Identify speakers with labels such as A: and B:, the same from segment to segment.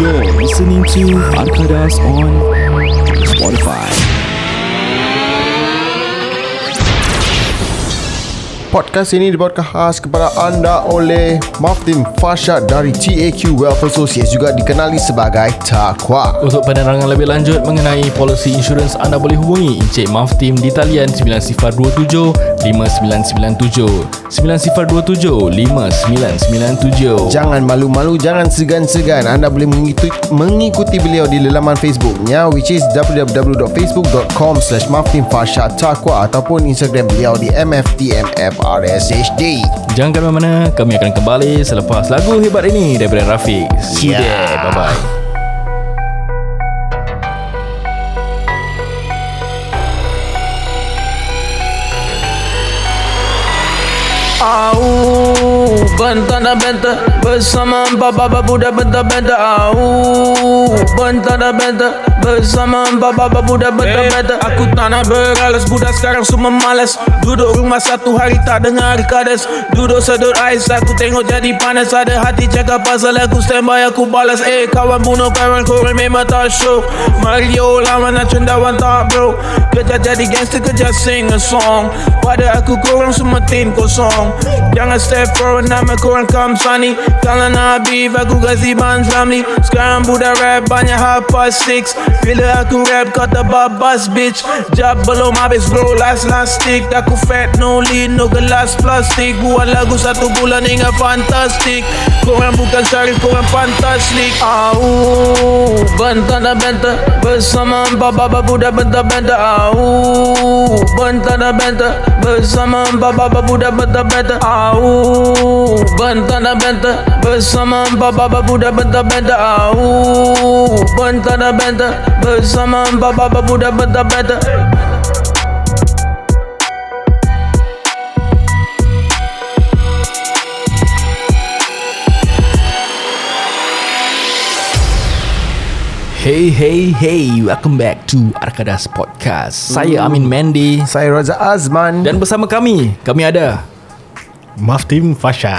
A: You're listening to Arkadas on Spotify.
B: Podcast ini dibuat khas kepada anda oleh Martin Farshad dari TAQ Wealth Associates juga dikenali sebagai Takwa.
C: Untuk penerangan lebih lanjut mengenai polisi insurans anda boleh hubungi Encik Maftim di talian 9027 5997 9027 5997.
B: Jangan malu-malu, jangan segan-segan. Anda boleh mengikuti, mengikuti beliau di laman Facebooknya which is www.facebook.com slash Maftin Farshad Takwa ataupun Instagram beliau di MFTMFRSHD.
C: Jangan kemana mana, kami akan kembali selepas lagu hebat ini daripada Rafiq. See you
B: Yeah.
C: there. Bye bye.
D: Au Bentar dan bentar Bersama empat baba budak bentar bentar Au Bentar dan bentar Bersama empat baba budak bentar bentar Eh, Aku tak nak beralas Budak sekarang semua malas Duduk rumah satu hari tak dengar kades Duduk sedut ais Aku tengok jadi panas Ada hati cakap pasal aku standby Aku balas Eh kawan bunuh kawan korang memang tak show Mario lawan nak cendawan tak bro Kerja jadi gangster kerja sing a song Pada aku korang semua tim kosong Jangan step forward nama korang Kamsani Kalau nak Habib aku kasih Ban Zamli Sekarang budak rap banyak half past six Bila aku rap kata babas bitch Jab belum habis bro last last stick Aku fat no lead no gelas plastik Buat lagu satu bulan hingga fantastik Korang bukan syarif korang fantastik Au Bentar dan bentar Bersama empat baba budak bentar-bentar Au Bentar dan bentar Bersama empat baba budak bentar-bentar Au Bentar dan bentar Bersama empat baba budak bentar-bentar Au Bentar dan bentar Bersama empat baba budak bentar-bentar
C: Hey hey hey, welcome back to Arkadas Podcast. Saya Amin Mendy
B: Saya Raza Azman
C: dan bersama kami, kami ada
B: Oh.
E: Maftim Fasha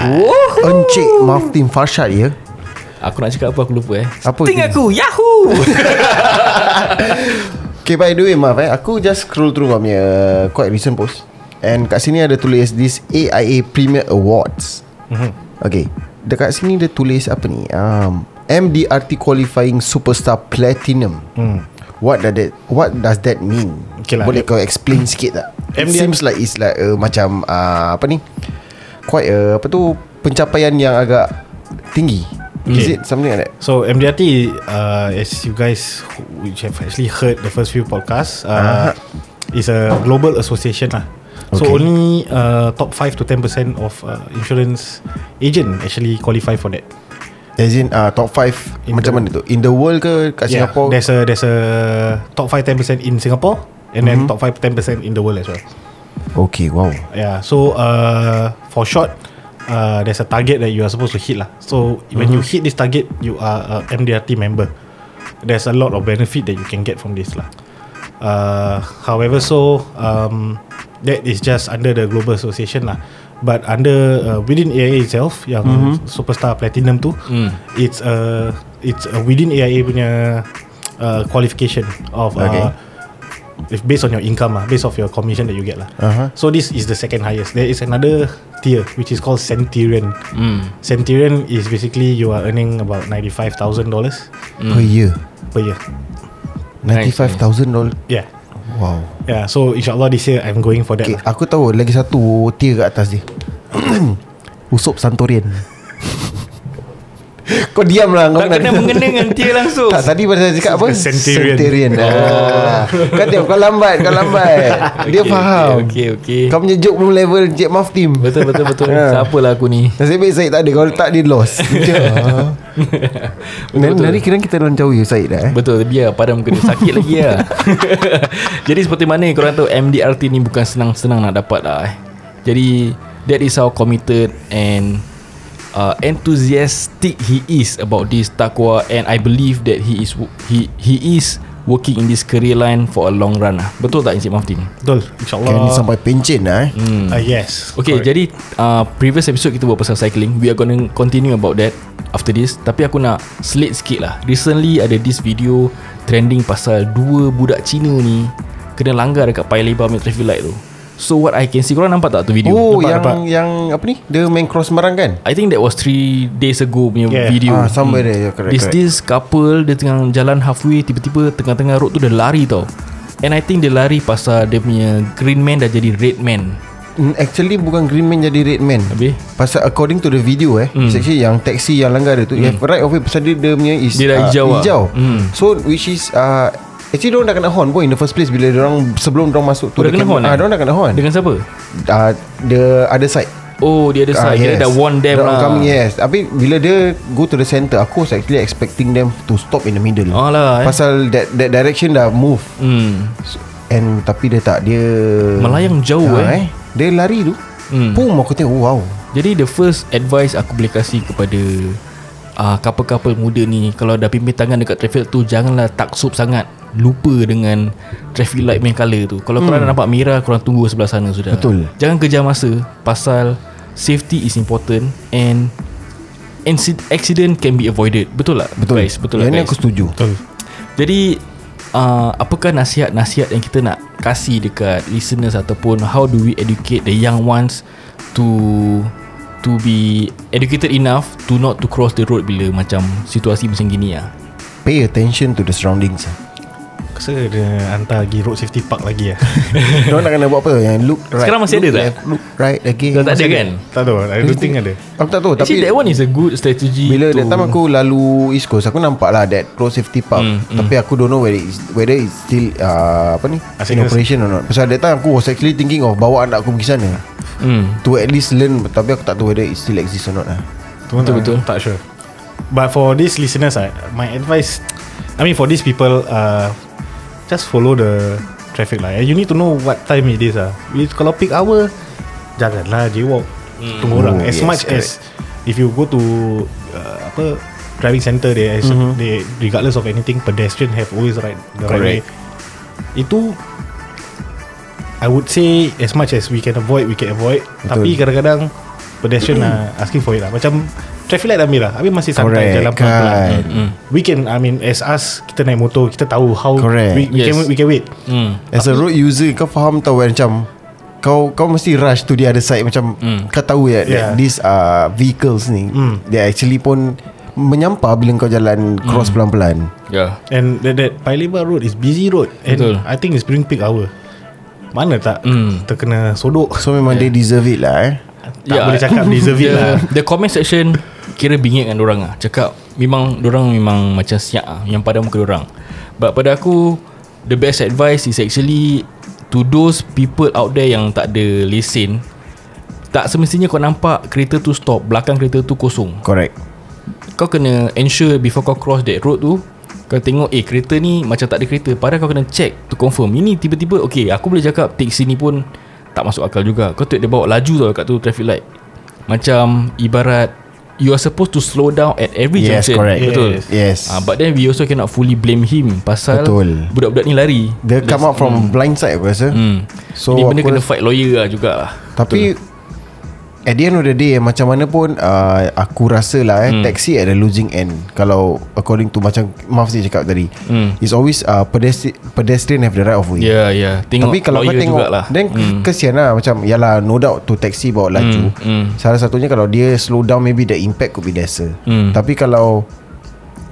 B: Encik Martin Farshad ya.
C: Aku nak cakap apa aku lupa eh
B: Apa
C: Sting
B: dia?
C: aku Yahoo
B: Okay by the way maaf eh Aku just scroll through kau punya uh, Quite recent post And kat sini ada tulis This AIA Premier Awards
E: Mhm.
B: Okay Dekat sini dia tulis apa ni um, MDRT Qualifying Superstar Platinum What does that What does that mean
E: Hmm. Okay lah.
B: Boleh kau explain sikit tak It
E: MDRT
B: seems like It's like uh, Macam uh, Apa ni Quite uh, Apa tu Pencapaian yang agak Tinggi Is
E: Okay.
B: it something like that
E: So MDRT uh, As you guys who- Which have actually heard The first few podcasts uh, Is a global association lah
B: Uh-huh.
E: So
B: Okay.
E: only uh, Top 5 to 10% Of uh, insurance Agent Actually qualify for that
B: As in uh, top 5
E: In
B: Macam
E: the-
B: mana tu In the world ke Kat
E: Yeah,
B: Singapore
E: There's a There's a Top 5 10% in Singapore And
B: Mm-hmm.
E: then top 5 10% in the world as well
B: Okay wow
E: Yeah So uh, For short uh, There's a target That you are supposed to hit lah So when you hit this target You are a MDRT member There's a lot of benefit That you can get from this lah uh, However so um, That is just under the Global Association lah But under uh, Within AIA itself Yang Superstar Platinum tu It's a It's a within AIA punya uh, Qualification Of uh,
B: Okay.
E: if based on your income ah, based off your commission that you get lah.
B: Uh-huh.
E: So this is the second highest. There is another tier which is called Centurion.
C: Hmm.
E: Centurion is basically you are earning about ninety five thousand dollars
C: Hmm.
B: Per year
E: per year.
B: $95,000
E: Yeah,
B: Wow
E: yeah. So inshallah this year I'm going for that.
B: okay,
E: lah.
B: Aku tahu lagi satu tier kat atas dia Usop Santorian Kau diam lah kau
C: Tak kena mengena dengan dia langsung
B: tak, tadi pada saya cakap apa?
E: Centurion.
B: Centurion. Ah. Kau tengok kau lambat, kau lambat. Dia
C: Okey,
B: faham.
C: okey, okey, okey.
B: Kau punya joke belum level Jet Muff team.
C: Betul betul betul
B: Ya.
C: Siapalah aku ni
B: Nasib baik Syed tak ada Kalau tak dia lost Dia Nanti nanti kira kita orang jauh ya Syed dah eh
C: Betul dia Padam kena sakit lagi lah Jadi seperti mana korang tahu MDRT ni bukan senang-senang nak dapat lah eh. Jadi That is how committed and uh, enthusiastic he is about this takwa and I believe that he is he he is working in this career line for a long run lah. Betul tak Encik Mafti ni?
E: Betul
B: Kan
E: InsyaAllah
B: sampai pencen lah eh mm.
E: uh, Yes
C: Hmm. Okay Correct.
E: correct.
C: jadi uh, Previous episode kita buat pasal cycling We are gonna continue about that After this Tapi aku nak Slate sikit lah Recently ada this video Trending pasal Dua budak Cina ni Kena langgar dekat Paya Lebar punya traffic light tu So what I can see Korang nampak tak tu video?
B: Oh
E: Nampak,
B: yang
E: nampak.
B: yang apa ni Dia main cross Semarang kan
C: I think that was 3 days ago punya
E: Yeah.
C: video
B: Ah, somewhere there, yeah, correct,
C: Hmm. This
B: correct.
C: this couple Dia tengah jalan halfway Tiba-tiba tengah-tengah road tu Dia lari tau And I think dia lari pasal Dia punya green man dah jadi red man
B: Mm, Actually bukan green man jadi red man
C: Habis
B: Pasal according to the video eh
C: Hmm.
B: mm. Actually yang taxi yang langgar dia tu mm. Right of way Pasal dia, dia punya is
C: Dia dah
B: ah,
C: hijau lah.
B: hijau.
C: Mm.
B: So which is uh, Actually diorang dah kena horn pun In the first place Bila diorang Sebelum diorang masuk tu
C: Oh, dah kena horn,
B: Ah,
C: eh?
B: Diorang dah kena horn
C: Dengan siapa?
B: uh, The other side
C: Oh dia ada
B: Ah,
C: side Dia dah warn them
B: Diorang
C: lah
B: coming, Yes Tapi bila dia Go to the center Aku was actually expecting them To stop in the middle
C: Oh lah eh.
B: Pasal that, that direction dah move
C: hmm.
B: So, And tapi dia tak Dia
C: Melayang jauh
B: Ah,
C: eh.
B: Dia lari tu
C: Hmm.
B: Pum aku tengok Wow
C: Jadi the first advice aku boleh kasih kepada uh, Couple-couple muda ni Kalau dah pimpin tangan dekat traffic tu Janganlah taksub sangat Lupa dengan traffic light main colour tu Kalau hmm. korang dah nampak merah Korang tunggu sebelah sana sudah
B: Betul.
C: Jangan kejar masa Pasal safety is important And inci- accident can be avoided Betul tak
B: Betul
C: guys? Betul lah,
B: Yang
C: tak
B: ni
C: guys?
B: aku setuju
E: Betul
C: Jadi uh, apakah nasihat-nasihat yang kita nak kasih dekat listeners ataupun how do we educate the young ones to to be educated enough to not to cross the road bila macam situasi macam gini ah.
B: Pay attention to the surroundings
E: Rasa dia hantar pergi road safety park lagi lah
B: Diorang nak kena buat apa Yang look right
C: Sekarang masih
B: look
C: ada tak?
B: left, Look right again
C: Dah tak ada kan?
E: Tak tahu I don't think ada
B: Aku tak tahu Tapi
C: Actually that one is a good strategy
B: Bila
C: to
B: that time aku lalu East Coast Aku nampak lah That road safety park
C: Hmm,
B: mm, Tapi aku don't know Whether it's, whether it's still uh, Apa ni
C: Ah,
E: Asyik
B: In
E: kena-
B: operation or not Pasal that time aku was actually thinking Of bawa anak aku pergi sana
C: hmm.
B: To at least learn Tapi aku tak tahu Whether it still exists or not lah
C: Betul-betul.
E: Tak sure But for these listeners ah, My advice I mean for these people uh, Just follow the traffic light You need to know what time it is ah. If, Kalau peak hour Janganlah jaywalk mm. Tunggu orang
B: Oh,
E: As
B: yes,
E: much as If you go to uh, Apa Driving center they, mm-hmm. they Regardless of anything Pedestrian have always right The right way Itu I would say As much as we can avoid We can avoid Betul. Tapi kadang-kadang Pedestrian lah Asking for it lah Macam Traffic light dah merah Habis masih santai
B: Correct,
E: Jalan pelan-pelan
B: kan.
E: mm. We can I mean As us Kita naik motor Kita tahu how
B: Correct.
E: We, we, yes. can,
C: Yes.
E: we can wait
C: hmm.
B: As a road user Kau faham tau kan, Macam kau kau mesti rush to the other side macam
C: Hmm.
B: mm. kau tahu ya yeah.
E: Yeah.
B: these uh, vehicles ni mm. they actually pun menyampah bila kau jalan cross
C: Hmm.
B: pelan-pelan
C: Yeah.
E: And that, that Paya Lebar Road Is busy road And
C: Betul.
E: I think it's during peak hour Mana tak
C: Mm.
E: Kita kena sodok
B: so memang yeah. they deserve it lah eh
E: Tak boleh cakap Deserve it
C: the,
E: lah
C: Ya. The comment section Kira bingit dengan orang lah Cakap Memang orang memang Macam siap lah Yang pada muka orang But pada aku The best advice is actually To those people out there Yang tak ada lesen Tak semestinya kau nampak Kereta tu stop Belakang kereta tu kosong
B: correct
C: kau kena ensure before kau cross that road tu kau tengok eh kereta ni macam tak ada kereta padahal kau kena check to confirm ini tiba-tiba okay aku boleh cakap taxi ni pun tak masuk akal juga kau tengok dia bawa laju tau kat tu traffic light macam ibarat you are supposed to slow down at every
B: Yes,
C: junction
B: correct.
C: betul
E: Yes.
B: yes
C: Ah, but then we also cannot fully blame him pasal
B: Betul.
C: budak-budak ni lari
B: Dia come out from mm. blind side aku rasa mm.
C: so,
B: So
C: Hmm. ini benda
B: aku
C: kena
B: rasa,
C: fight lawyer lah jugalah
B: Tapi At the end of the day Macam mana pun uh, Aku rasa lah eh,
C: Hmm.
B: mm. Taxi at the losing end Kalau According to macam Mafzi cakap tadi mm. It's always uh, pedestri- Pedestrian have the right of
C: ya
B: way
C: Hmm. yeah, ya yeah. tengok
B: Tapi kalau kau
C: lawyer
B: tengok
C: jugalah. Hmm.
B: Then mm. kesian lah Macam Yalah no doubt tu taxi bawa laju mm.
C: hmm.
B: Mm. Salah satunya kalau dia slow down Maybe the impact could be lesser
C: Hmm.
B: mm. Tapi kalau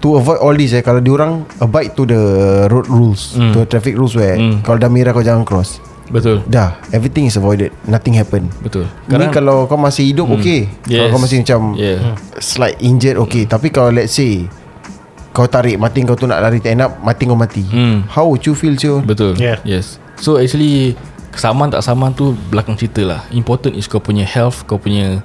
B: To avoid all this eh Kalau diorang Abide to the road rules
C: Hmm.
B: mm. To the traffic rules where mm. Kalau dah merah kau jangan cross
C: betul
B: Dah Everything is avoided Nothing happen
C: betul
B: Ni kalau kau masih hidup hmm. Okay Kalau
C: Yes.
B: kau masih macam
C: Yeah. Hmm.
B: yeah. Slight injured Okay Tapi kalau let's say Kau tarik mati kau tu nak lari End up mati kau mati
C: Hmm.
B: How would you feel Cio?
C: Betul
E: Yeah.
C: Yes So actually Saman tak saman tu Belakang cerita lah Important is kau punya health Kau punya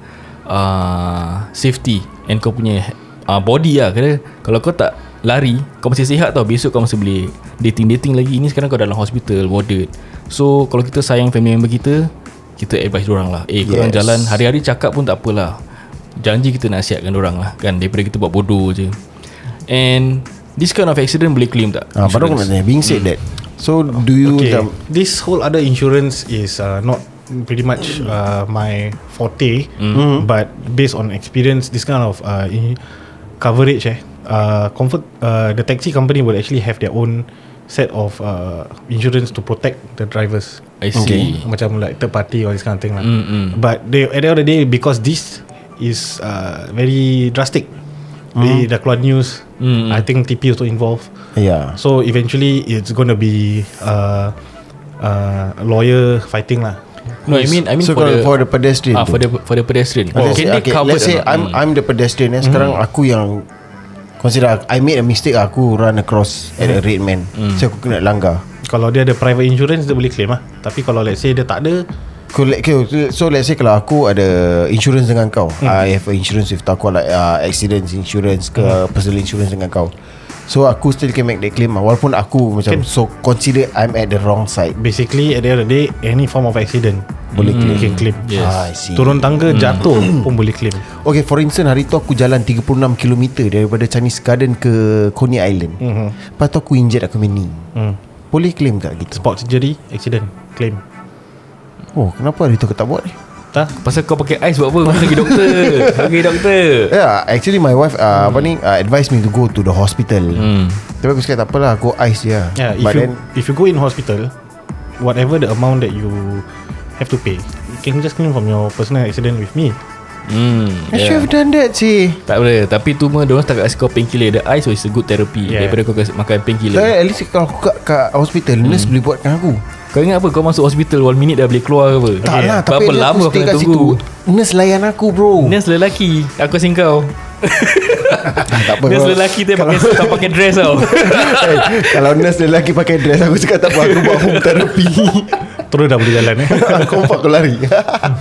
C: uh, Safety And kau punya uh, Body lah Kena Kalau kau tak lari Kau masih sihat tau Besok kau masih boleh Dating-dating lagi Ini sekarang kau dalam hospital Warded So kalau kita sayang family member kita Kita advise orang lah Eh korang
B: Yes.
C: jalan Hari-hari cakap pun tak apalah Janji kita nasihatkan orang lah Kan daripada kita buat bodoh je And This kind of accident boleh claim tak?
B: Ah, baru aku
C: Insurance. Hmm.
B: nak tanya Being said that So do you
E: Okay.
B: macam
E: This whole other insurance is uh, not pretty much uh, my forte,
C: Mm.
E: but based on experience, this kind of uh, in- coverage, eh, uh, comfort, uh, the taxi company will actually have their own set of uh, insurance to protect the drivers.
C: I see. Mm, Okay.
E: Macam like third party or this kind of thing lah. But they, at the end of the day, because this is uh, very drastic.
C: Mm.
E: They, dah keluar news. I think TP also involved.
B: Yeah
E: Ah, So eventually it's going to be uh, uh, a lawyer fighting lah.
C: No, I mean I mean
B: So
C: for,
B: kalau
C: the,
B: for the pedestrian
C: ah, for
B: tu.
C: the for the pedestrian. Oh.
B: Let's
C: Can
B: say,
C: they
B: okay,
C: cover? Hmm.
B: let's say I'm I'm the pedestrian eh. Sekarang aku yang Consider I made a mistake Aku run across At
C: Hmm.
B: a red man So aku kena langgar
E: Kalau dia ada private insurance dia boleh claim lah. Tapi kalau let's say dia tak ada,
B: Kau let- okay, So let's say Kalau aku ada Insurance dengan kau
C: Hmm.
B: I have a insurance with Takwa Like uh, accident insurance Ke
C: Hmm.
B: personal insurance dengan kau So aku still can make that claim lah. Walaupun aku macam
E: Can.
B: So consider I'm at the wrong side
E: basically at the end of the day any form of accident boleh claim. Can claim.
C: Yes.
B: Ah, I see.
E: Turun tangga jatuh pun boleh claim.
B: Okay for instance Hari tu aku jalan 36km Daripada Chinese Garden Ke Coney Island
C: Mhm.
B: mm-hmm. Lepas tu aku injet aku punya knee
E: Hmm.
B: Boleh claim tak gitu
E: Spot surgery, accident, claim.
B: Oh kenapa hari tu aku tak buat ni
E: Tak?
C: Pasal kau pakai ais buat apa? Kau pergi doktor. Kau pergi doktor.
B: Yeah, actually my wife uh, apa ni uh, advised me to go to the hospital.
C: Hmm.
B: Tapi aku cakap tak apalah, aku ice je. lah."
E: Yeah, if
B: But
E: you
B: then
E: if you go in hospital, whatever the amount that you have to pay, you can just claim from your personal accident with me.
C: Hmm.
B: I should have done that sih.
C: Tak boleh Tapi tu mah Diorang setakat kasi kau painkiller The ice is a good therapy yeah.
E: Yeah.
C: Daripada kau kasi- makan
B: So,
C: painkiller
B: at least kalau aku kat, kat hospital hmm. Nurse boleh buatkan aku
C: Kau ingat apa Kau masuk hospital One minute dah boleh keluar ke apa
B: Tak lah Tapi
C: Berapa
B: at least
C: lama
B: aku
C: kau
B: stay
C: kena
B: kat situ
C: tunggu
B: Nurse layan aku bro
C: Nurse lelaki Aku asing kau
B: tak apa,
C: Nurse
B: bro.
C: lelaki dia pakai Kau pakai dress tau
B: Eh, Kalau nurse lelaki pakai dress Aku cakap tak apa Aku buat home therapy
E: Terus dah boleh jalan eh.
B: Aku empat aku lari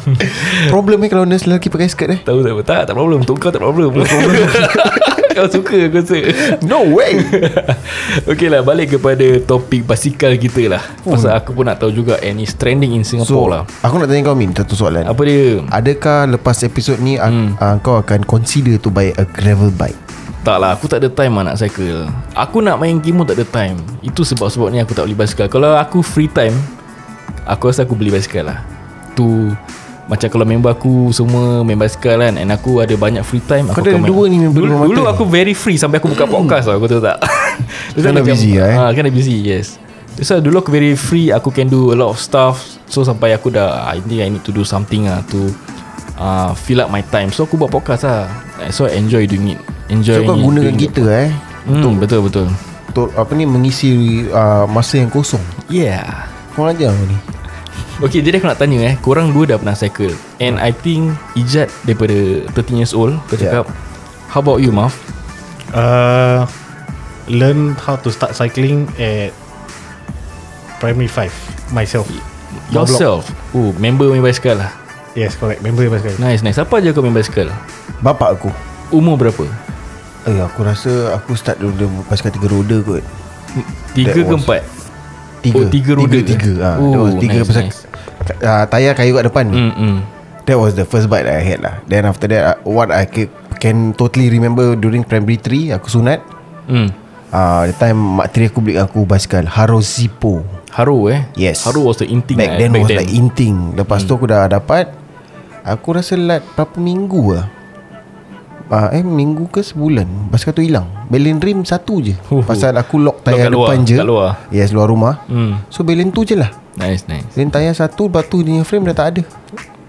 B: Problem ni kalau nurse lelaki pakai skirt eh
C: Tahu tak apa Tak tak problem Untuk kau tak problem Kau suka aku rasa
B: No way
C: Okay lah Balik kepada topik basikal kita lah Pasal aku pun nak tahu juga And it's trending in Singapore
B: Hmm. So
C: lah
B: Aku nak tanya kau Min Satu soalan
C: Apa dia
B: Adakah lepas episod ni hmm. uh, Kau akan consider to buy a gravel bike
C: Tak lah Aku tak ada time lah nak cycle Aku nak main game pun tak ada time Itu sebab-sebab ni aku tak beli basikal Kalau aku free time Aku rasa aku beli basikal lah Tu Macam kalau member aku Semua main basikal kan And aku ada banyak free time
B: Kau
C: aku
B: ada
C: akan main.
B: dua ni member
C: Dulu,
B: rumah
C: dulu
B: mata ni.
C: aku very free Sampai aku buka podcast tau Kau tahu tak
B: Kau dah busy lah, eh?
C: ha, Kan dah busy yes So dulu aku very free Aku can do a lot of stuff So sampai aku dah I think I need to do something lah To uh, fill up my time So aku buat podcast lah So I enjoy doing it Enjoy
B: So kau gunakan kita eh
C: Hmm, betul betul.
B: Untuk apa ni Mengisi uh, masa yang kosong
C: Yeah.
B: Kau ajar kau ni
C: Okay, jadi aku nak tanya eh, korang dua dah pernah cycle. And I think Ijat daripada 13 years old, kau
B: Yeah.
C: cakap, how about you, Maf?
E: Uh, learn how to start cycling at primary five myself. Your block.
C: Yourself. Oh, member main basikal lah.
E: Yes, correct. Member yang basikal.
C: Nice, nice. Apa je kau main basikal?
B: Bapak aku
C: Umur berapa?
B: Eh aku rasa Aku start dulu dia Pasal tiga roda kot
C: Tiga
B: That
C: ke
B: was-
C: empat?
B: Tiga
C: Oh, tiga roda
B: Tiga, tiga.
C: ke?
B: Ha,
C: Oh,
B: that was tiga
C: nice,
B: pasal
C: nice. Hmm.
B: uh, Tayar kayu kat depan mm.
C: Mm-mm.
B: That was the first bike that I had lah Then after that uh, What I can, can totally remember During primary 3 Aku sunat
C: Mm.
B: uh, The time Mak tiri aku beli aku basikal Haro Zippo
C: Haru eh?
B: Yes.
C: Haru was the inting
B: Back
C: lah,
B: then was like inting
C: Hmm.
B: Lepas tu aku dah dapat Aku rasa lat berapa minggu lah Uh, eh minggu ke sebulan Basikal tu hilang Belen rim satu je
C: Huh, huh.
B: Pasal aku
C: Lock
B: lock tayar
C: kat luar,
B: depan je
C: kat luar.
B: Yes luar rumah
C: Hmm.
B: So belen tu je lah
C: Nice, nice.
B: Belen tayar satu Lepas tu dia punya frame dah tak ada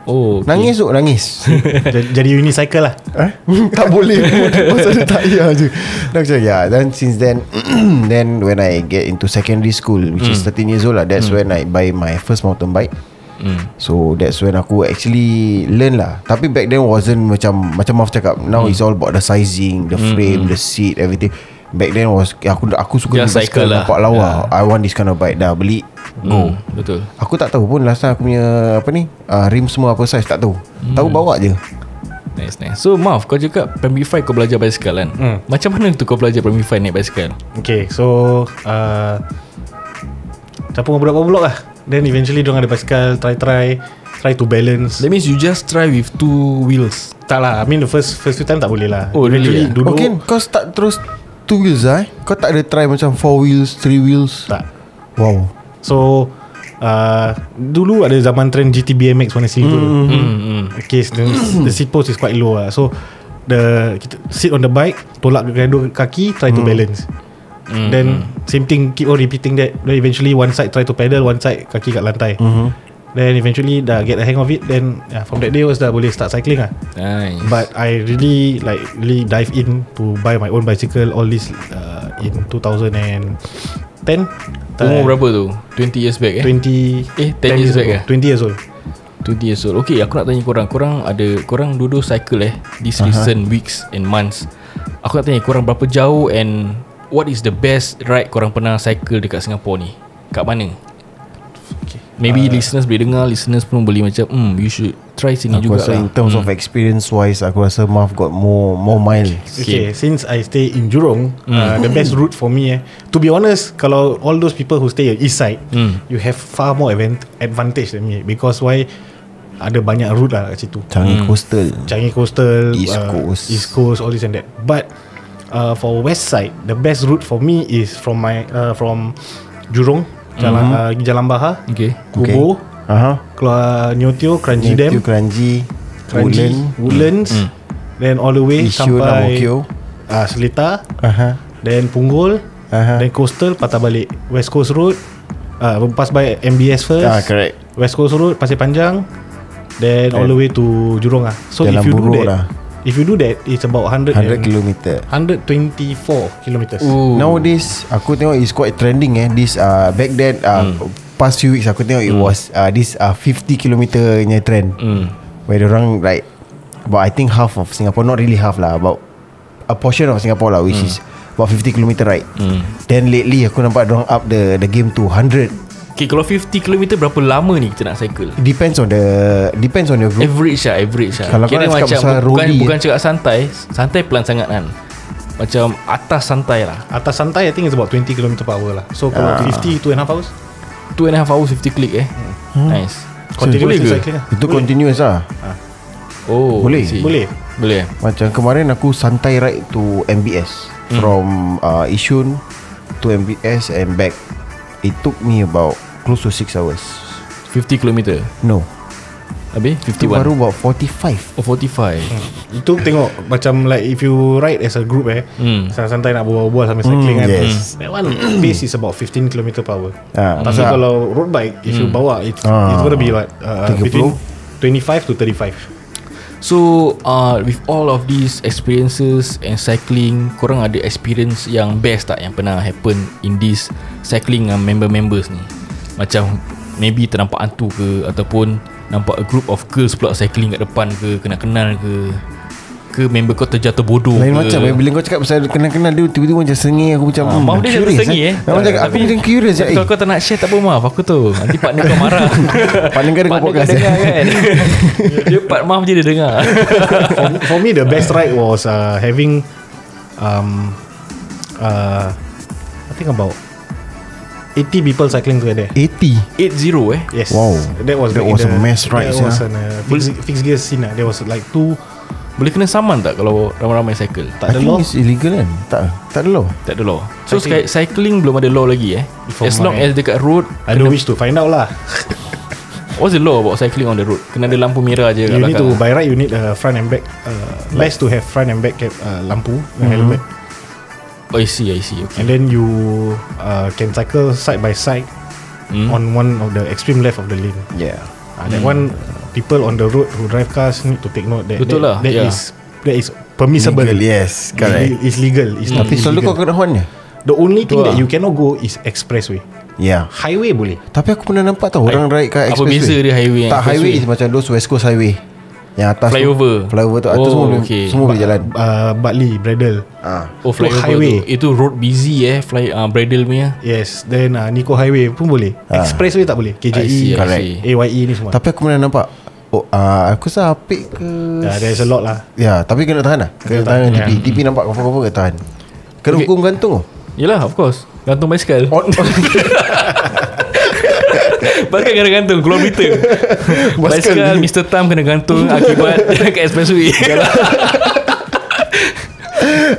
C: Oh, okay.
B: Nangis tu nangis
E: jadi, jadi unicycle lah.
B: Hmm. Eh? tak boleh pun Pasal dia tak payah je Dan macam yeah Then since then Then when I get into secondary school Which is 13 years old lah That's when I buy my first mountain bike
C: Mm.
B: So that's when aku actually learn lah Tapi back then wasn't macam Macam Maf cakap Now it's all about the sizing The frame The seat Everything Back then was Aku aku suka
C: Just
B: ni
C: cycle
B: basikal
C: lah.
B: Nampak lawa I want this kind of bike Dah beli Go
C: Mm, Betul.
B: Aku tak tahu pun Last time aku punya Apa ni uh, Rim semua apa size Tak tahu
E: Hmm.
B: Tahu bawa je
C: Nice, nice. So, Maf, kau cakap primary 5 kau belajar basikal kan?
E: Mm.
C: Macam mana tu kau belajar primary 5 naik basikal?
E: Okay, so uh, campur dengan beberapa blok lah. Then eventually diorang ada basikal, try-try, try to balance.
C: That means you just try with two wheels.
E: tak lah, I mean the first first few time tak boleh lah.
C: Oh, really
E: eventually
C: ah?
E: duduk.
B: Okay kau start terus two wheels lah eh Kau tak ada try macam four wheels, three wheels
E: Tak
B: Wow
E: So uh, Dulu ada zaman trend GTBMX warna silver mm.
C: Hmm, hmm.
E: Okay the, the seat post is quite low lah So the kita sit on the bike Tolak ke kedua kaki Try to balance
C: Mm.
E: Then same thing Keep on repeating that Then eventually one side try to pedal One side kaki kat lantai Then eventually Dah get the hang of it Then yeah, from that day was Dah boleh start cycling lah
C: Nice.
E: But I really like really dive in to buy my own bicycle all this uh, in 2010.
C: Umur berapa tu? 20 years back eh?
E: 20
C: Eh, 10 years back eh?
E: old, 20 years old.
C: 20 years old Okay aku nak tanya korang Korang ada Korang dua-dua cycle eh This uh-huh. recent weeks and months Aku nak tanya korang berapa jauh And What is the best ride korang pernah cycle dekat Singapore ni? Kat mana? Okay. Maybe uh, listeners boleh dengar Listeners pun boleh macam Hmm you should try sini
B: Aku
C: juga
B: rasa
C: lah
B: in terms of
E: Hmm.
B: experience wise Aku rasa Muff got more more miles
E: Okay. okay, since I stay in Jurong,
C: Hmm.
E: mm. uh, the best route for me eh. To be honest, kalau all those people who stay at east side,
C: Hmm.
E: mm. you have far more advan- advantage than me because why ada banyak route lah kat situ.
B: Changi Coastal
E: Changi Coastal uh,
B: East Coast.
E: East Coast all this and that but uh, for West Side the best route for me is from my uh, from Jurong Jalan mm-hmm. uh, Jalan Bahar
C: Hmm. Okay
E: Kubur
B: Aha.
E: keluar Neo Teo Kranji Dam
B: Nitio Kranji
E: Kranji
B: Woodland
E: Woodlands mm. then all the way
B: Yishun,
E: sampai
B: Ang Mo Kio.
E: uh, Seletar
B: Aha.
E: then Punggol
B: Aha.
E: then Coastal patah balik West Coast Road uh, pass by MBS first
B: Ah, correct.
E: West Coast Road Pasir Panjang then all the way to Jurong ah. So
B: Jalan
E: if you do
B: Buroh
E: that,
B: lah.
E: if you do that, it's about
B: 100
E: 100 and-
B: kilometer
E: 124 kilometers.
C: Ooh.
B: Nowadays Aku tengok is quite trending eh This uh, Back then uh,
C: Hmm.
B: Past few weeks Aku tengok it was uh, This uh, 50 kilometer nya trend
C: Hmm.
B: Where orang like About I think half of Singapore Not really half lah About A portion of Singapore lah
C: Hmm.
B: Which is About 50 kilometer right Then lately Aku nampak orang up the The game to 100
C: Okay kalau 50km berapa lama ni kita nak cycle?
B: Depends on the Depends on your group
C: Average lah Average lah
B: Kalau kau nak cakap pasal
C: bu- Bukan,
B: roadie, eh.
C: bukan cakap santai Santai pelan sangat kan Macam atas santai lah
E: Atas santai I think it's about 20 km per hour lah. So
B: Ah.
E: kalau 50 two and a half hours
C: Two and a half hours 50 click eh hmm. Nice Boleh
E: continuous
C: ke?
E: cycling lah.
B: Itu continuous lah
C: Oh
B: Boleh.
C: I see.
E: Boleh.
C: Boleh eh?
B: Macam kemarin aku santai ride to MBS
C: Hmm.
B: mm. From uh, Yishun to MBS and back It took me about close to 6 hours
C: 50km
B: No
C: Habis
B: Itu
C: 51
B: baru about 45
C: Oh 45
E: Itu tengok macam like if you ride as a group eh,
C: Hmm.
E: santai-santai nak berbual-bual sambil cycling
B: Hmm,
E: kan.
B: yes.
E: That one pace is about 15 km per hour.
B: Ah,
E: Tapi
B: tak.
E: kalau road bike if you bawa it's
B: Ah.
E: it's gonna be like uh,
B: 30.
E: between 25 to 35.
C: So uh, With all of these experiences And cycling Korang ada experience yang best tak Yang pernah happen In this Cycling dengan member-members ni Macam Maybe ternampak hantu ke Ataupun Nampak a group of girls pula Cycling kat depan ke Kena kenal ke Ke member kau terjatuh bodoh
B: Lain
C: Oh, ke
B: macam eh, Bila kau cakap pasal kenal-kenal dia Tiba-tiba macam sengih Aku macam hmm,
C: Maaf dia
B: curious,
C: curious, tersengi eh
B: Aku macam, aku macam curious
C: tapi
B: eh.
C: Kalau kau tak nak share tak apa maaf Aku tu Nanti partner kau marah
B: Partner kau dengar podcast, eh?
C: dengar kan Dia part maaf je dia dengar
E: for me the best ride was uh, having um uh I think about 80 people cycling together.
B: 80
C: 8-0 eh
E: Yes.
B: Wow.
E: That was
B: That
E: back in
B: was a mass ride,
E: That was
B: sia.
E: an uh, fixed, fixed gear scene. lah. There was like two
C: Boleh kena saman tak Kalau ramai-ramai cycle
E: tak
B: I
E: ada
B: think
E: law.
B: it's illegal kan Tak tak ada law
C: Tak ada law So cycling.
E: Cycling.
C: cycling belum ada law lagi eh
E: For
C: As long
E: my-
C: as dekat road
E: I don't wish to find out lah.
C: What's the law about cycling on the road Kena ada lampu merah je kat
E: You need to
C: belakang
E: by right you need a front and back. Uh, best to have front and back cap, uh, lampu
C: Mhm.
E: mm-hmm. helmet,
C: Oh I see I see okay.
E: and then you uh, can cycle side by side
C: Hmm.
E: on one of the extreme left of the lane.
B: Yeah
E: Ah,
C: Mhm.
E: that one people on the road who drive cars need to take note that
C: Betul lah,
E: that, that
C: yeah.
E: is that is permissible.
B: Legal yes Correct
E: It's legal. It's not
B: Tapi selalu kau
E: illegal.
B: kena horn ya? je
E: The only thing
C: Tu
E: that
C: Mhm. lah.
E: you cannot go is expressway.
B: Yeah
E: Highway boleh.
B: Tapi aku pernah nampak tau Orang ride
C: Apa
B: kat expressway
C: beza dia highway dengan
B: Tak highway
C: expressway?
B: is macam Those west coast highway Yang atas tu-
C: Flyover.
B: Flyover tu atas
C: Oh,
B: semua boleh
C: okay.
B: Semua boleh jalan
E: Uh, Bartley, Bradle.
B: ah.
C: Oh flyover
E: highway.
C: tu Itu road busy eh Fly, uh, Bridal punya
E: Yes. Then uh, Nico Highway pun boleh.
B: Ah.
E: Expressway tak boleh.
C: I
E: E,
C: see,
E: KJE,
C: I Correct. see.
E: AYE E ni semua.
B: Tapi aku pernah nampak oh, uh, Aku rasa apik ke
E: Yeah, there's a lot lah.
B: Ya tapi kena tahan lah Kena tahan dengan TP TP nampak cover-cover kena tahan Kena
C: Okay.
B: hukum gantung oh.
C: Yelah of course Gantung basikal
B: On, on,
C: Basikal kena gantung Keluar berita
B: Basikal.
C: Basikal Mr. Tam kena gantung Akibat Kat expressway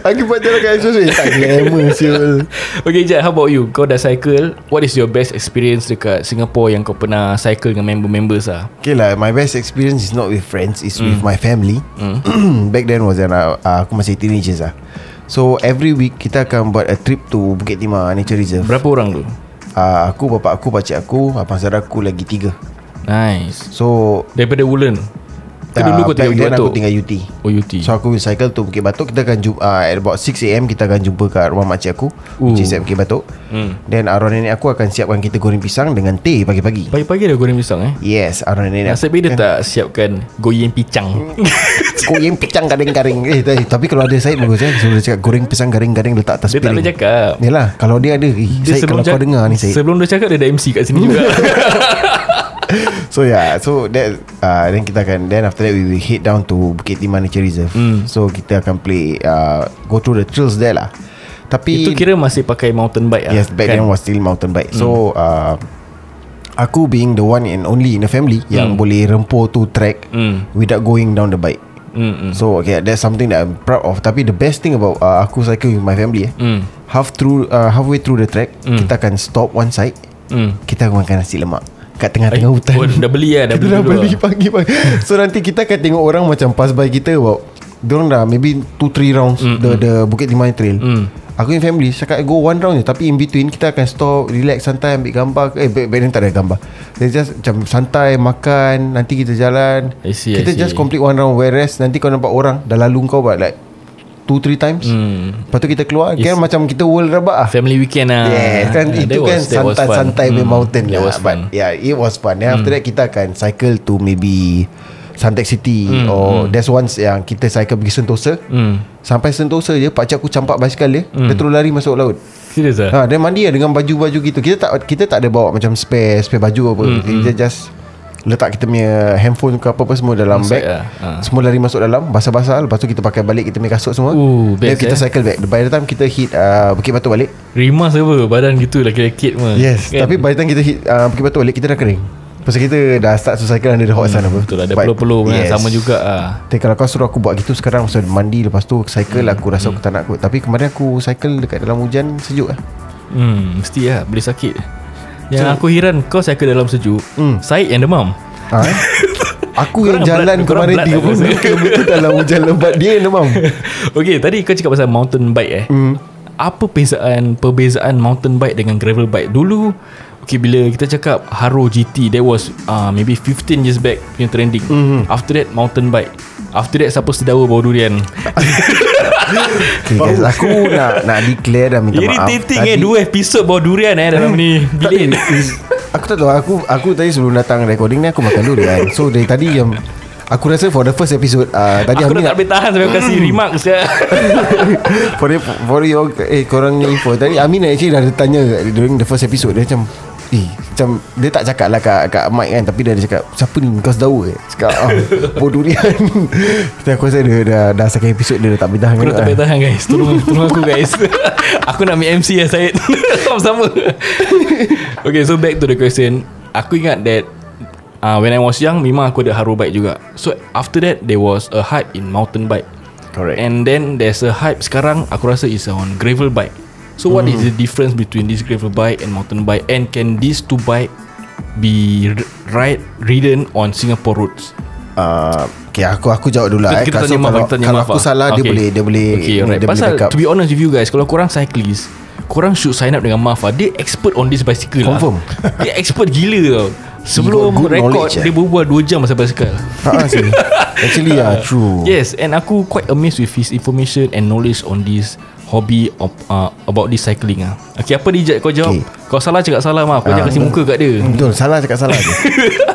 B: Aku buat jalan kat Expressway Tak glamour siul
C: Okay Jad How about you Kau dah cycle What is your best experience Dekat Singapore Yang kau pernah cycle Dengan member-members lah
B: Okay lah My best experience is not with friends It's mm. with my family mm. Back then was when uh, Aku masih teenagers lah So every week Kita akan buat a trip to Bukit Timah Nature Reserve
C: Berapa orang tu
B: uh, Aku, bapak aku, pakcik aku Abang saudara aku lagi tiga
C: Nice
B: So
C: Daripada Wulan Kau
B: ah,
C: dulu kau tinggal
B: back then
C: Bukit
B: aku
C: Batok
B: tinggal UT
C: Oh UT
B: So aku will cycle to Bukit Batok Kita akan jumpa uh, At about 6am Kita akan jumpa kat rumah makcik aku Ooh. Which is at Bukit Batok mm. Then arwah nenek aku akan siapkan kita goreng pisang Dengan teh pagi-pagi
C: Pagi-pagi dah goreng pisang eh
B: Yes arwah nenek
C: Nasib baik dia tak siapkan Goyang picang
B: Hmm. Kau yang pisang garing-garing eh, tapi- Tapi kalau ada Syed bagus eh Sebelum dia cakap goreng pisang garing-garing Letak atas
C: Dia tak boleh cakap
B: Yalah Kalau dia ada eh,
C: Dia
B: Syed
C: sebelum
B: kalau kau
C: cak-
B: dengar ni Syed
C: Sebelum dia cakap Dia dah MC kat sini juga
B: So yeah So that uh, Then kita akan Then after that We will head down to Bukit Timah Nature Reserve mm.
C: Hmm.
B: So kita akan play uh, Go through the trails there lah Tapi
C: Itu kira masih pakai mountain bike lah
B: Yes back kan? then was still mountain bike So uh, Aku being the one and only in the family mm. Yang boleh rempuh tu track mm. Without going down the bike
C: mm,
B: Mm. So okay That's something that I'm proud of Tapi the best thing about uh, Aku cycle with my family eh, mm. Half through uh, Halfway through the track mm. Kita akan stop one side mm. Kita akan makan nasi lemak
C: Ay,
B: Kat tengah-tengah hutan
C: oh, dah beli lah Dah
B: Kita
C: beli
B: dah
C: dulu
B: beli
C: lah.
B: pagi-pagi So nanti kita akan tengok orang Macam pass by kita about Diorang dah maybe 2-3 rounds mm, The the Bukit Timah Trail mm. Aku in family Cakap go one round je Tapi in between Kita akan stop Relax santai Ambil gambar ke- Eh back, back then tak ada gambar They just macam santai Makan Nanti kita jalan
C: I see, I
B: Kita
C: see.
B: just complete one round Whereas nanti kau nampak orang Dah lalu kau buat like 2-3 times mm. Lepas tu kita keluar Kan macam kita world rabak lah
C: Family weekend lah
B: Yeah, kan
C: Ah,
B: itu
C: that was- that
B: kan
C: was fun. Hmm,
B: santai-santai mm, mountain
C: That
B: lah.
C: was fun Mm.
B: But yeah, it was fun. Then after that kita akan cycle to maybe Suntec City mm, or mm. there's once yang kita cycle pergi Sentosa. Mm. Sampai Sentosa je pakcik aku campak basikal dia, mm. dia terus lari masuk laut.
C: Serius lah
B: Ha, dia mandi lah dengan baju-baju gitu. Kita tak kita tak ada bawa macam spare spare baju apa. Mm, kita just letak kita punya handphone ke apa-apa semua dalam
C: Inside
B: bag.
C: lah. Ha.
B: Semua lari masuk dalam basah-basah lepas tu kita pakai balik kita punya kasut semua.
C: Ooh,
B: Then
C: best,
B: kita
C: eh.
B: cycle back. By the time kita hit uh, Bukit Batu balik,
C: Rimas apa Badan gitu lah Kira-kira mah
B: Yes kan? Tapi by the time kita hit uh, Bukit Batu balik Kita dah kering Pasal kita dah start to cycle Under the hot sun apa
C: Betul lah Ada
B: But-
C: peluh-peluh yes. Sama juga ah.
B: Tapi kalau kau suruh aku buat gitu Sekarang pasal mandi Lepas tu cycle
C: Hmm.
B: Aku rasa aku tak nak kot Tapi kemarin aku cycle Dekat dalam hujan Sejuk lah
C: Hmm, mesti lah Boleh sakit Yang so, aku heran Kau cycle dalam sejuk
B: Hmm.
C: mm. Syed yang demam
B: ha, eh? Aku yang
C: Korang
B: jalan
C: blood- korang
B: kemarin
C: blood
B: tiga
C: aku
B: puluh
C: rasa.
B: km dalam hujan lebat dia yang demam.
C: Okay tadi kau cakap pasal mountain bike eh mm. Apa perbezaan Perbezaan mountain bike Dengan gravel bike Dulu Okay bila kita cakap Haro GT That was uh, Maybe 15 years back Punya trending mm-hmm. After that mountain bike After that siapa sedawa bau durian
B: Okay, guys, aku nak nak declare dan minta maaf.
C: Irritating eh
B: Tadi-
C: Dua episod bau durian eh Dalam ni
B: Tak
C: Bilik
B: ada, is- Aku tak tahu Aku aku tadi sebelum datang recording ni Aku makan dulu kan So dari tadi yang Aku rasa for the first episode uh, Tadi
C: Aku
B: Hamid
C: dah tak
B: nak,
C: boleh tahan Sampai aku kasih
B: Hmm.
C: eh. remark siap.
B: for, the, for your Eh korang ni info Tadi Amin actually dah ada tanya During the first episode Dia macam Eh macam Dia tak cakap lah kat, kat mic kan Tapi dia ada cakap Siapa ni kau sedawa eh Cakap ah, Bau durian Tapi aku rasa dia dah, dah second episode Dia dah tak boleh tahan
C: Aku dah
B: kot
C: tak
B: lah.
C: boleh tahan guys Tolong, tolong aku guys Aku nak ambil MC lah Syed Sama-sama Okay so back to the question Aku ingat that uh, When I was young Memang aku ada haro bike juga So after that There was a hype in mountain bike
B: Correct.
C: And then there's a hype sekarang Aku rasa is on gravel bike So what is the difference Between this gravel bike And mountain bike And can these two bike Be r- ride Ridden on Singapore roads
B: uh, Okay aku aku jawab dulu lah eh.
C: kita, kita
B: Kasut
C: tanya Mak
B: kalau,
C: kita tanya
B: kalau
C: Mak
B: aku
C: ah.
B: salah Dia boleh Dia boleh
C: okay,
B: ni,
C: alright.
B: Dia boleh
C: Pasal
B: backup
C: to be honest with you guys Kalau korang cyclist Korang should sign up dengan Maf lah. Dia expert on this bicycle
B: Confirm.
C: lah. Dia expert gila tau Sebelum
B: good
C: rekod
B: knowledge, eh.
C: Dia berbual 2 jam pasal bicycle
B: Ha, sih. Actually yeah, true.
C: Yes and aku quite amazed With his information and knowledge On this hobby of, uh, About this cycling lah. Okay apa ni Jad kau jawab
B: Okay.
C: Kau salah cakap salah Maf Kau
B: Ah,
C: jangan kasi muka kat dia
B: Betul, salah cakap salah je.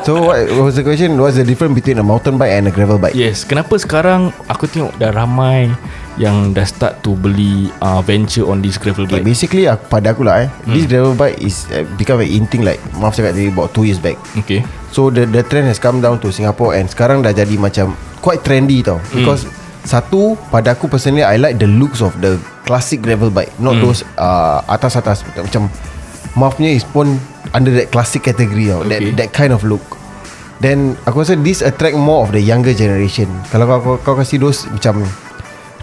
B: so what what was the question? What's the difference between a mountain bike and a gravel bike?
C: Yes, kenapa sekarang aku tengok dah ramai yang dah start to beli uh, venture on this gravel
B: Okay,
C: bike.
B: basically aku, pada aku lah eh, hmm. this gravel bike is uh, become an in thing like maaf cakap tadi about 2 years back.
C: Okay.
B: So the the trend has come down to Singapore and sekarang dah jadi macam quite trendy tau. Because satu pada aku personally I like the looks of the classic gravel bike, not those uh, atas-atas macam maafnya is pun under that classic category tau. Okay.
C: Okay.
B: That that kind of look. Then aku rasa this attract more of the younger generation. Kalau kau kau, kau kasih those macam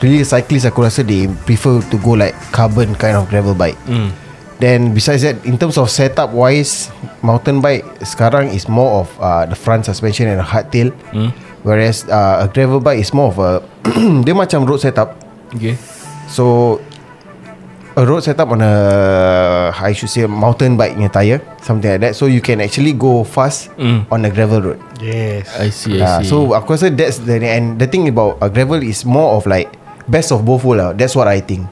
B: Really cyclists aku rasa They prefer to go like Carbon kind of gravel bike mm. Then besides that In terms of setup wise Mountain bike Sekarang is more of uh, The front suspension And a hardtail mm. Whereas uh, A gravel bike is more of a Dia macam road setup
C: Okay
B: So A road setup on a I should say Mountain bike punya tyre Something like that So you can actually go fast mm. On a gravel road
E: Yes.
C: I see I
B: Ah,
C: see
B: so aku rasa that's the and the thing about uh, gravel is more of like best of both world lah. That's what I think.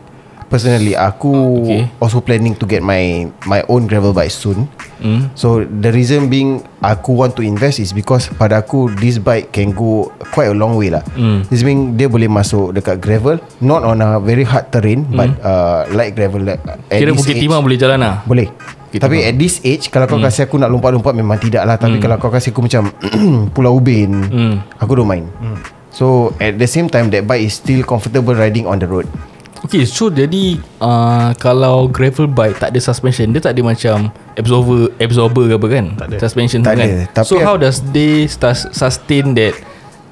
B: Personally, aku
C: Okay.
B: okay. also planning to get my my own gravel bike soon. Mm.
C: Hmm.
B: So the reason being aku want to invest is because pada aku this bike can go quite a long way lah.
C: Hmm.
B: Mm. This mean dia boleh masuk dekat gravel, not on a very hard terrain mm. but uh, light gravel like at
C: Hmm. Kira
B: this
C: Bukit
B: age.
C: Timah boleh jalan lah
B: Boleh
C: Kita Hmm.
B: Tapi at this age Kalau kau kasi aku nak lompat-lompat Memang tidak lah Tapi kalau kau kasi aku macam Pulau Ubin
C: Hmm.
B: Aku don't mind So at the same time That bike is still comfortable Riding on the road
C: Okay so jadi uh, Kalau gravel bike Tak ada suspension Dia tak ada macam Absorber Absorber ke apa kan tak
E: ada.
C: Suspension tu
B: Tak
C: kan
B: ada. Tapi
C: So
B: aku-
C: how does they sus- Sustain that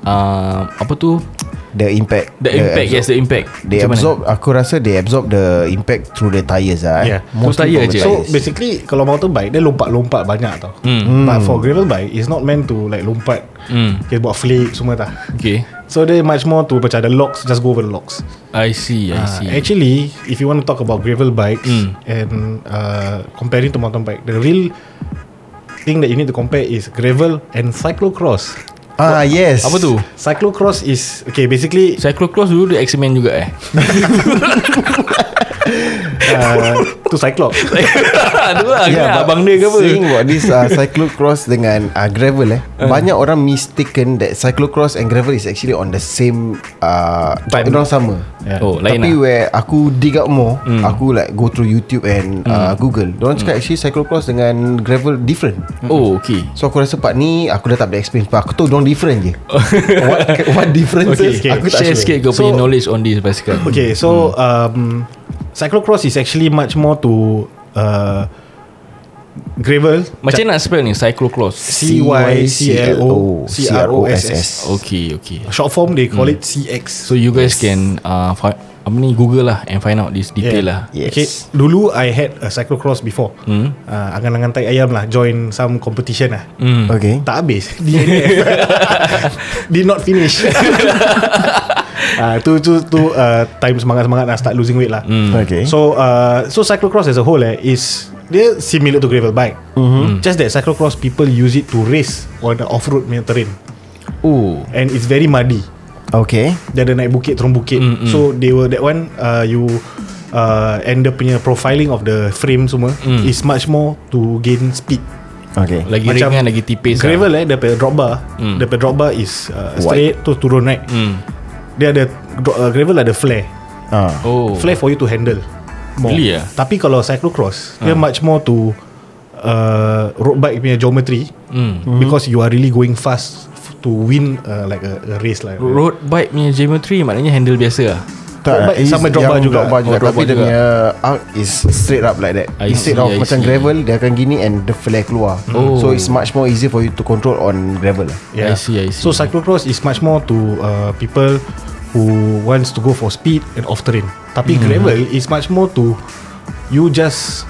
C: uh, Apa tu
B: The impact
C: The impact
B: absorb-
C: Yes the impact
B: They
C: Macam mana?
B: absorb Aku rasa they absorb The impact Through the tyres lah eh.
E: Yeah.
C: Through
B: Mostly
C: tyre je.
B: from the
E: So
B: tyres.
E: basically Kalau mountain bike Dia lompat-lompat banyak tau mm. But for gravel bike It's not meant to like lompat
C: Hmm.
E: Dia buat flip semua tak
C: Okay
E: So dia much more to Macam ada locks Just go over the locks
C: I see I
E: Ah,
C: see Hmm.
E: Actually If you want to talk about gravel bikes And uh, Comparing to mountain bike The real Thing that you need to compare Is gravel and cyclocross
B: Ah yes
C: Apa tu
E: Cyclocross is Okay basically
C: Cyclocross dulu dia X-Men juga eh
E: uh, To cyclops
C: Tu lah yeah,
B: Yeah,
C: Abang dia ke apa
B: Saying about this uh, Cyclocross dengan uh, Gravel eh uh. Banyak orang mistaken That cyclocross and gravel Is actually on the same uh,
C: Time.
B: Orang sama
E: Yeah.
C: Oh lain lah
B: Tapi
C: Hmm.
B: where aku dig up more mm. Aku like go through YouTube and mm. uh, Google Diorang cakap mm. actually cyclocross dengan gravel different
C: Oh okay
B: So aku rasa part ni Aku dah tak boleh explain part Aku tahu diorang different je What, what
E: Okay,
B: differences okay, okay.
E: okay.
B: Aku tak
C: Share
B: sure
C: sikit kau punya
E: So-
C: knowledge on this bicycle
E: Okay, so um, cyclocross is actually much more to uh, gravel.
C: Macam mana nak spell ni Cyclocross
E: C Y C L O C R O S S.
C: Okay okay
E: Short form they call it CX.
C: So you guys yes. can uh, fi- apa ni Google lah and find out this detail yeah. lah.
B: Yes.
E: Okay, dulu I had a cyclocross before. Hmm. Uh, angan-angan tai ayam lah, join some competition lah.
C: Hmm.
B: Mm. Okay
E: Tak habis. Did not finish. Ah, uh, tu tu tu uh, time semangat-semangat lah start losing weight lah.
C: Hmm.
E: Mm.
B: Okay
E: So uh, so cyclocross as a whole eh, is dia similar to gravel bike. Mm-hmm. Just that cyclocross people use it to race on the off-road punya terrain
C: Oh.
E: and it's very muddy.
B: Okay
E: Dia ada naik bukit turun bukit. Mm-hmm. So they were that one uh, you uh, and the punya profiling of the frame semua mm. is much more to gain speed.
B: Okay
C: Lagi
E: Macam
C: ringan lagi tipis. lah.
E: Gravel eh dia punya drop bar, mm. dia punya drop bar is uh, straight tu turun right. Mm. Dia ada dro- uh, gravel ada flare
B: ah.
C: Lah. Oh.
E: flare for you to handle more.
C: Really ah?
E: Tapi kalau cyclocross, dia much more to uh, road bike punya geometry
C: Hmm.
E: mm. because you are really going fast f- to win uh, like a, a race like
C: Road bike punya geometry maknanya handle biasa lah.
E: Drop bar
B: it's
E: sama drop bar
B: yang
E: juga.
B: drop bar
E: Oh,
B: juga.
C: drop
B: Tapi
C: bar
B: dia
C: juga.
B: punya arc Is straight up like that
C: I
B: Instead
C: see,
B: of
C: I
B: macam
C: see.
B: gravel Dia akan gini And the flare keluar
C: Oh.
B: So it's much more easier For you to control on gravel lah
C: I see, I see.
E: So cyclocross is much more to uh, people who wants to go for speed and off terrain. Tapi
C: Hmm.
E: gravel is much more to you just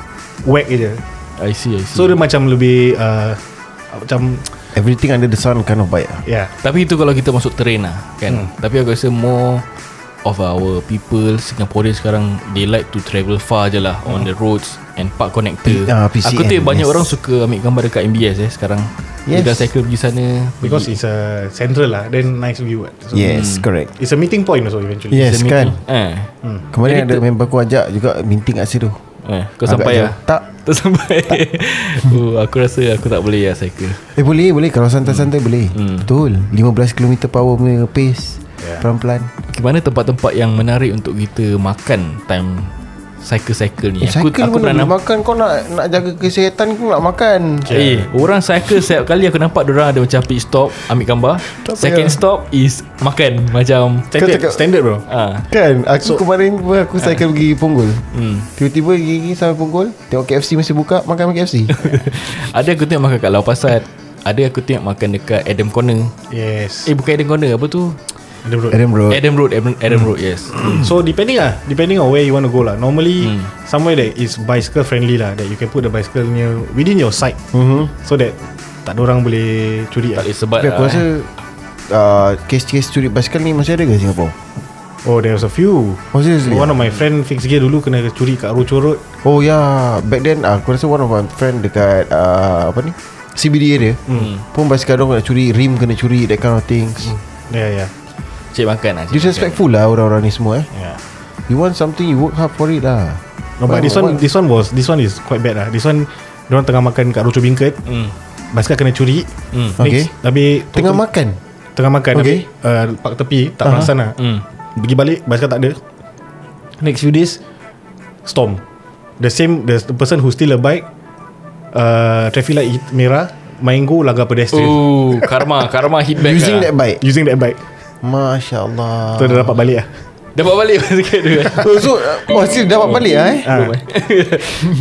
E: whack je.
C: I see I see.
E: So dia macam lebih uh, macam
B: Everything under the sun Kind of bike lah
E: yeah.
C: tapi itu kalau kita masuk terrain lah kan. Hmm. Tapi aku rasa more of our people Singaporean sekarang they like to travel far je lah on the roads and park connector.
B: Ah, PCN,
C: aku tengok banyak
B: yes.
C: orang suka ambil gambar dekat MBS eh sekarang. Yes. Dia
B: Yes.
C: dah cycle pergi sana
E: Because
C: pergi-
E: it's a central lah Then nice view kan so
B: Yes mm. correct
E: It's a meeting point also eventually
B: Yes
C: Semi-
B: kan
C: Eh.
B: Kemarin ada member aku ajak juga Meeting kat situ
C: eh. Kau
B: Agak
C: sampai
B: jauh.
C: lah
B: Tak
C: Tak sampai oh, Aku rasa aku tak boleh lah cycle
B: Eh boleh boleh Kalau santai-santai boleh Betul 15km per hour punya pace yeah. Pelan-pelan
C: Gimana tempat-tempat yang menarik untuk kita makan time cycle-cycle ni
B: yeah, Eh, Cycle aku pun nak
C: nampak
B: makan Kau nak nak jaga kesihatan Kau nak makan
C: Eh, orang cycle setiap kali aku nampak orang ada macam pit stop, ambil gambar. Second
B: ya.
C: stop is makan macam
E: Standard,
B: Kau cakap-
E: standard bro
C: ah.
B: Kan Aku so, kemarin pun Aku cycle pergi Punggol hmm. Tiba-tiba gigi sampai Punggol Tengok KFC masih buka Makan KFC
C: Ada aku tengok makan kat Lau Pasat. Ada aku tengok makan dekat Adam Corner.
E: Yes
C: Eh bukan Adam Corner apa tu?
E: Adam Road.
B: Adam Road
C: Adam Road Adam,
B: hmm.
C: Adam Road yes
E: So depending lah Depending on where you want to go lah Normally mm. Somewhere that is bicycle friendly lah That you can put the bicycle near Within your site mm-hmm. So that Tak ada orang boleh curi
C: Tak
E: lah
C: boleh sebat
B: Mhm. Tapi aku
C: lah,
B: rasa
C: eh.
B: uh, Kes-kes curi basikal ni Masih ada ke Singapore?
E: Oh there's a few
B: Oh, seriously?
E: One of my friend fix gear dulu Kena curi kat Rochor Road
B: Oh ya yeah. Back then uh, Aku rasa one of my friend Dekat uh, Apa ni CBD area mm. Pun basikal dong nak curi Rim kena curi That kind of things mm.
E: Yeah yeah
C: Cik makan lah cik
B: Disrespectful lah Orang-orang ni semua eh
E: Yeah
B: You want something You work hard for it lah
E: No, but this one this one was this one is quite bad lah. This one orang tengah makan kat Rochor Bingkit. Mm. Basikal kena curi. Mm.
B: Okay.
E: Tapi
B: Tengah makan
E: tengah makan
B: Okay.
E: okay. tapi uh, park tepi tak uh-huh. perasan lah. Mm. Pergi balik basikal tak ada. Next few days storm. The same the, the person who steal a bike uh, traffic light hit- merah main go laga pedestrian
C: Ooh, Oh, karma karma hit back
B: Using
C: lah.
B: that bike
E: using Oh. that bike.
B: Masya Allah
E: So dia dapat balik lah.
C: Dapat balik basikal dia
B: Oh, so uh, Oh still dapat balik lah eh
E: Ah.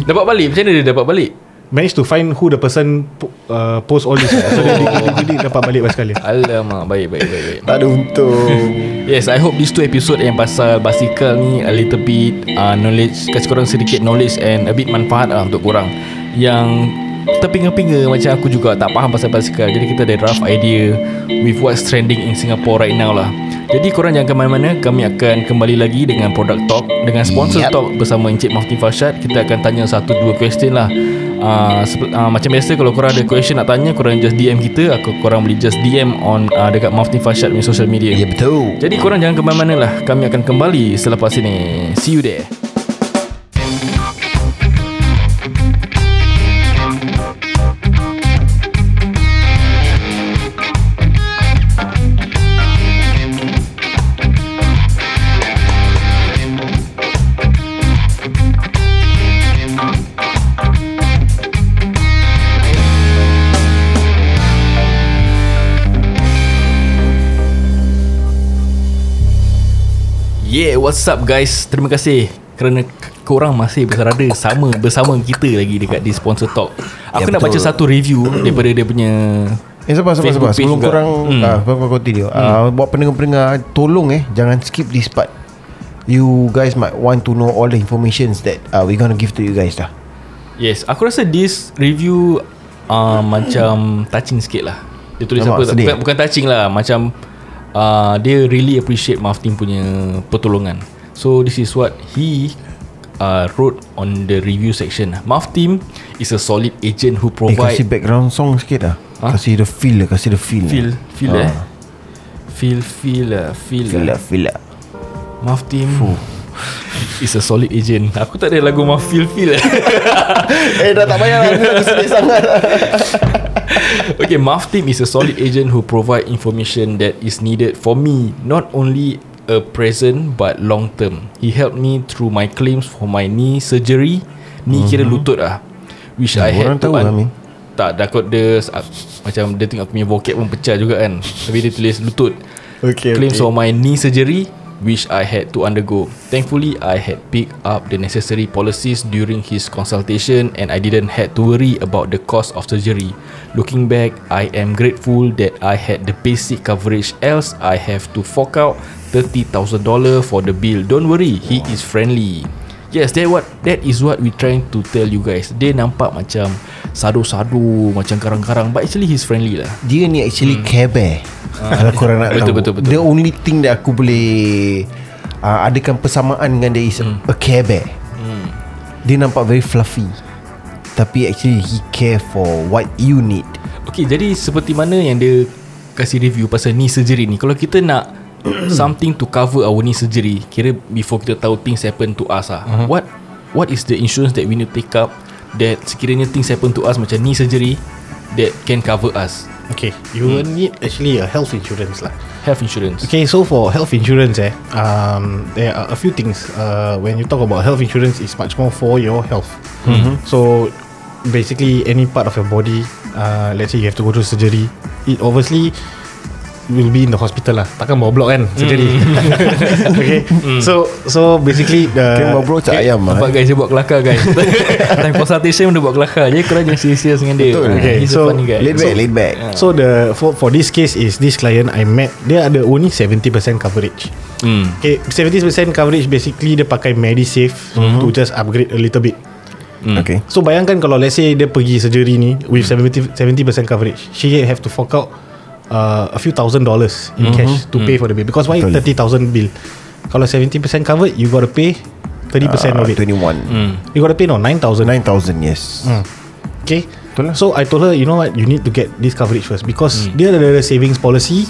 C: Dapat balik Macam mana dia dapat balik
E: Managed to find who the person po- uh, post all this. So dia dig, dig, dig, dig, dapat balik basikal dia.
C: Alamak Baik baik baik, baik.
B: Tak ada untung
C: Yes, I hope these two episode yang pasal basikal ni a little bit uh, knowledge, kasih korang sedikit knowledge and a bit manfaat lah untuk korang yang terpinga-pinga macam aku juga tak faham pasal basikal. Jadi kita ada rough idea with what's trending in Singapore right now lah. Jadi korang jangan ke mana-mana, kami akan kembali lagi dengan product talk dengan sponsor yep.
B: Yap.
C: talk bersama Encik Mufti Farshad. Kita akan tanya satu dua question lah. Uh, sep- uh, macam biasa kalau korang ada question nak tanya, korang just DM kita. Aku korang boleh just DM on uh, dekat Mufti Farshad punya social media.
B: Ya betul
C: Jadi korang jangan ke mana-mana lah Kami akan kembali selepas ini See you there Yeah what's up guys Terima kasih Kerana k- korang masih berada sama Bersama kita lagi dekat di sponsor talk Aku
B: Ya,
C: nak
B: betul.
C: baca satu review Daripada dia punya
B: Eh sabar sabar
C: Facebook
B: sabar
C: page
B: Sebelum
C: juga. Hmm.
B: korang ah, Sebelum korang continue Ah, Buat pendengar-pendengar Tolong eh Jangan skip this part You guys might want to know All the informations That uh, we gonna give to you guys dah
C: Yes Aku rasa this review uh, Macam touching sikit lah Dia tulis
B: Nampak,
C: apa
B: sedih.
C: bukan, bukan touching lah Macam uh, Dia really appreciate Maftin punya pertolongan So this is what he uh, wrote on the review section Maftim is a solid agent who
B: Eh
C: provide
B: kasih background song sikit lah
C: Ha?
B: Kasih the feel lah Kasih the feel
C: Feel
B: lah.
C: Feel
B: Ah,
C: eh Feel Feel lah Feel,
B: Feel lah feel lah
C: Maaf team It's a solid agent Aku tak ada lagu Maaf Feel Feel eh.
B: Eh dah tak payah lah Aku sedih sangat lah
C: Okay Maaf team is a solid agent Who provide information That is needed for me Not only a present But long term He helped me Through my claims For my knee surgery Knee kira lutut lah Which I had
B: Mhm. orang
C: to
B: tahu lah, Min.
C: Tak takut dia ah, Macam dia tengok aku punya vocab pun pecah juga kan Tapi dia tulis lutut
B: Okay,
C: Claims
B: okay.
C: for my knee surgery Which I had to undergo Thankfully I had picked up the necessary policies During his consultation And I didn't had to worry about the cost of surgery Looking back I am grateful that I had the basic coverage Else I have to fork out $30,000 for the bill Don't worry He is friendly Yes, that what that is what we trying to tell you guys. Dia nampak macam sadu-sadu, macam karang-karang, but actually he's friendly lah.
B: Dia ni actually care bear Kalau korang
C: Ah.
B: nak
C: Betul,
B: tahu
C: betul, betul.
B: The only thing that aku boleh uh, Adakan persamaan dengan dia Is
C: Hmm.
B: a care bear Dia nampak very fluffy Tapi actually he care for what you need
C: Okay, jadi seperti mana yang dia kasih review pasal knee surgery ni. Kalau kita nak something to cover our knee surgery, kira before kita tahu things happen to us ah.
E: Mhm.
C: Uh-huh. What what is the insurance that we need to take up that sekiranya things happen to us macam knee surgery that can cover us?
E: Okay, you will need actually a health insurance lah.
C: Health insurance.
E: Okay, so for health insurance, eh, um, there are a few things. Uh, when you talk about health insurance, it's much more for your health. So, basically, any part of your body, uh, let's say you have to go to surgery, it obviously will be in the hospital lah. Takkan bawa blok kan surgery. okay. So so basically
B: Kira
E: the
B: bawa cak ayam lah
C: Nampak guys Dia buat kelakar guys Time consultation Dia buat kelakar Jadi korang jangan serious dengan dia
B: Betul.
E: Okay,
C: He's
E: so,
C: a funny guy
B: Laid back Laid back
E: So the for, for this case is this client I met dia ada only 70% coverage.
C: hmm.
E: Okay, 70% coverage basically dia pakai MediSave mm-hmm. to just upgrade a little bit.
B: Hmm. Okay
E: So bayangkan kalau let's say dia pergi surgery ni with 70 70% coverage, she have to fork out uh, a few thousand dollars in mm-hmm. cash to mm. pay for the bill because why
B: Betul.
E: 30,000 bill. Kalau 70% covered, you got to pay 30% uh, of it.
B: 21
C: Hmm.
E: You got to pay no 9,000.
B: 9,000 yes
E: Okay So I told her You know what You need to get this coverage first Because Dia ada ada savings policy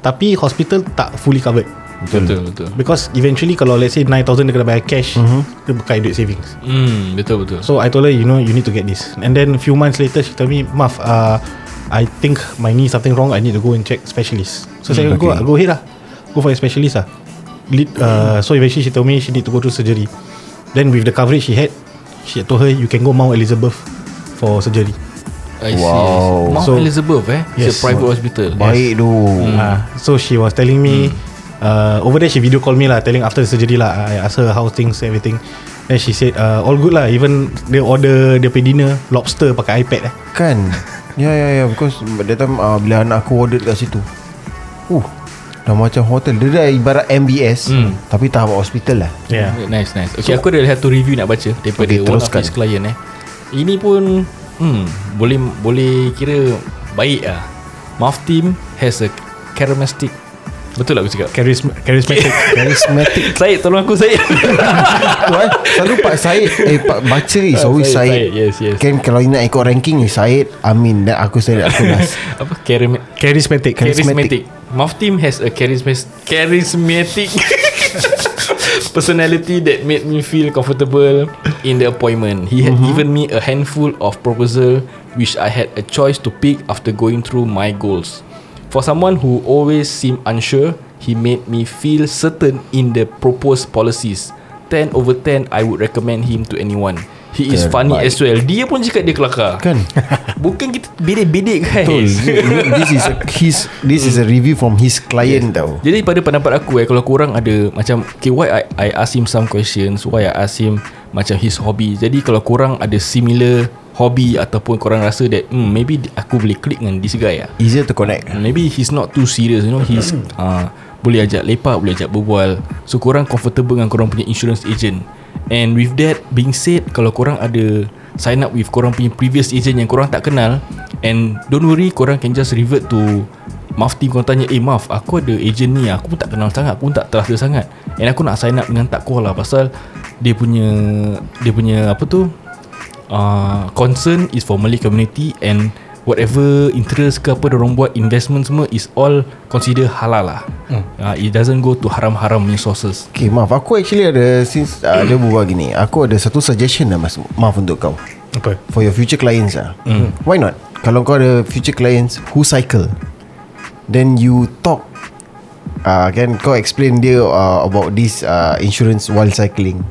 E: Tapi hospital Tak fully covered
C: Betul betul betul. Mhm.
E: Because eventually Kalau let's say 9,000 dia kena bayar cash mm-hmm. Dia pakai duit savings
C: Hmm, betul betul.
E: So I told her You know you need to get this And then few months later She told me Maaf uh, I think my knee something wrong I need to go and check specialist
C: Hmm,
E: So saya go
B: okay.
E: Go ahead lah Go for a specialist lah Lead, uh, So eventually she told me She need to go through surgery Then with the coverage she had She told her You can go Mount Elizabeth For surgery
C: I see.
B: Wow.
C: Mount
E: So-
C: Elizabeth eh.
E: Yes.
C: It's a private hospital.
B: Baik tu
C: Hmm.
E: Ah, so she was telling me uh, over there she video call me lah telling after the surgery lah I asked her how things everything then she said uh, all good lah even dia order dia pay dinner lobster pakai iPad eh
B: Kan Ya ya ya Because that time uh, Bila anak aku ordered kat situ Uh Dah macam hotel Dia dah ibarat MBS
C: Hmm.
B: Tapi tahap hospital lah
E: yeah
C: Nice nice. Okay, aku ada satu review nak baca daripada
B: Okay,
C: okay, one of
B: teruskan.
C: his client eh. Ini pun hmm, boleh boleh kira baik ah. Mouth team has a charismatic Betul lah aku cakap
E: Charism- charismatic
B: Charismatic
C: Syed tolong aku Syed
B: Tuan Selalu Pak Syed Eh Pak Baca ni Sorry
C: Syed,
B: Syed,
C: Syed, Ah, yes, yes.
B: Kan kalau nak ikut ranking ni Syed Amin Dan aku Syed Aku Nas
C: Apa Charisma-
E: charismatic
C: charismatic. Mouth team has a charisma- charismatic personality that made me feel comfortable in the appointment. He had
B: Mm-hmm.
C: given me a handful of proposal which I had a choice to pick after going through my goals. For someone who always seemed unsure, he made me feel certain in the proposed policies. 10 over 10 I would recommend him to anyone. He is funny
B: Terbaik.
C: as well. Dia pun cakap dia kelakar.
B: Kan
C: Bukan kita bedek-bedek guys.
B: Betul This is a his, This is a review from his client tau
C: Jadi pada pendapat aku eh Kalau korang ada Macam Okay why I, I ask him some questions Why I ask him Macam his hobby Jadi kalau korang ada similar Hobby Ataupun korang rasa that hmm, Maybe aku boleh click dengan this guy lah
B: Easier to connect
C: Maybe he's not too serious You know He's uh, Boleh ajak lepak Boleh ajak berbual So korang comfortable Dengan korang punya insurance agent And with that Being said Kalau korang ada Sign up with korang punya Previous agent yang korang tak kenal And don't worry Korang can just revert to Maaf team korang tanya Eh maaf Aku ada agent ni Aku pun tak kenal sangat Aku pun tak trust dia sangat And aku nak sign up dengan takwa lah Pasal Dia punya Dia punya apa tu uh, concern is for Malay community and whatever interest ke apa orang buat investment semua is all consider halal lah. Hmm. Uh, it doesn't go to haram-haram punya sources.
B: Okay maaf Aku actually ada Since uh, dia berbual gini Aku ada satu suggestion lah mas Maaf untuk kau
E: apa
B: For your future clients ah, mm. Why not Kalau kau ada future clients Who cycle Then you talk uh, Kan kau explain dia uh, About this uh, Insurance while cycling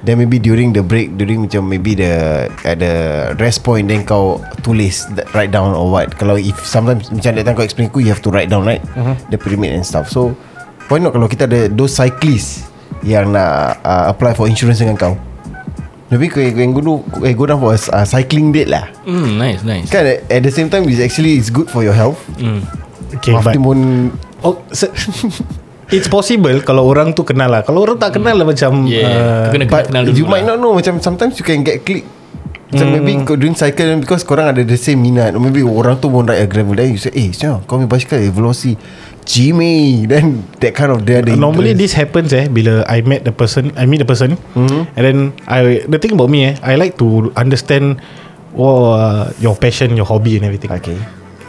B: Then maybe during the break During macam maybe the At the rest point Then kau tulis that- Write down or what Kalau if sometimes Macam that time kau explain aku You have to write down right
E: Mm-hmm.
B: uh-huh. The pyramid and stuff So Why not kalau kita ada Those cyclists Yang nak uh, Apply for insurance dengan kau Maybe kau yang go, do- eh, go down for a s- a cycling date lah
C: Hmm, nice, nice.
B: Kan at- at the same time It's actually It's good for your health
C: Hmm.
E: okay
B: Maaf
E: but
B: timun
E: oh, se- it's possible kalau orang tu kenal lah kalau orang tak kenal lah macam
C: Yeah,
E: uh,
C: kena kenal,
B: But
C: kenal dulu
B: you might
C: lah. Hmm.
B: not know Macam sometimes you can get click Macam mm. maybe kau during cycle then Because korang ada the same minat Or maybe orang tu pun ride a gravel Then you say Eh siapa kau punya bicycle eh, Veloci Jimmy Then that kind of Dia ada
E: Normally this happens eh Bila I met the person I meet the person mm-hmm. And then I The thing about me eh I like to understand oh, uh, Your passion Your hobby and everything
B: Okay.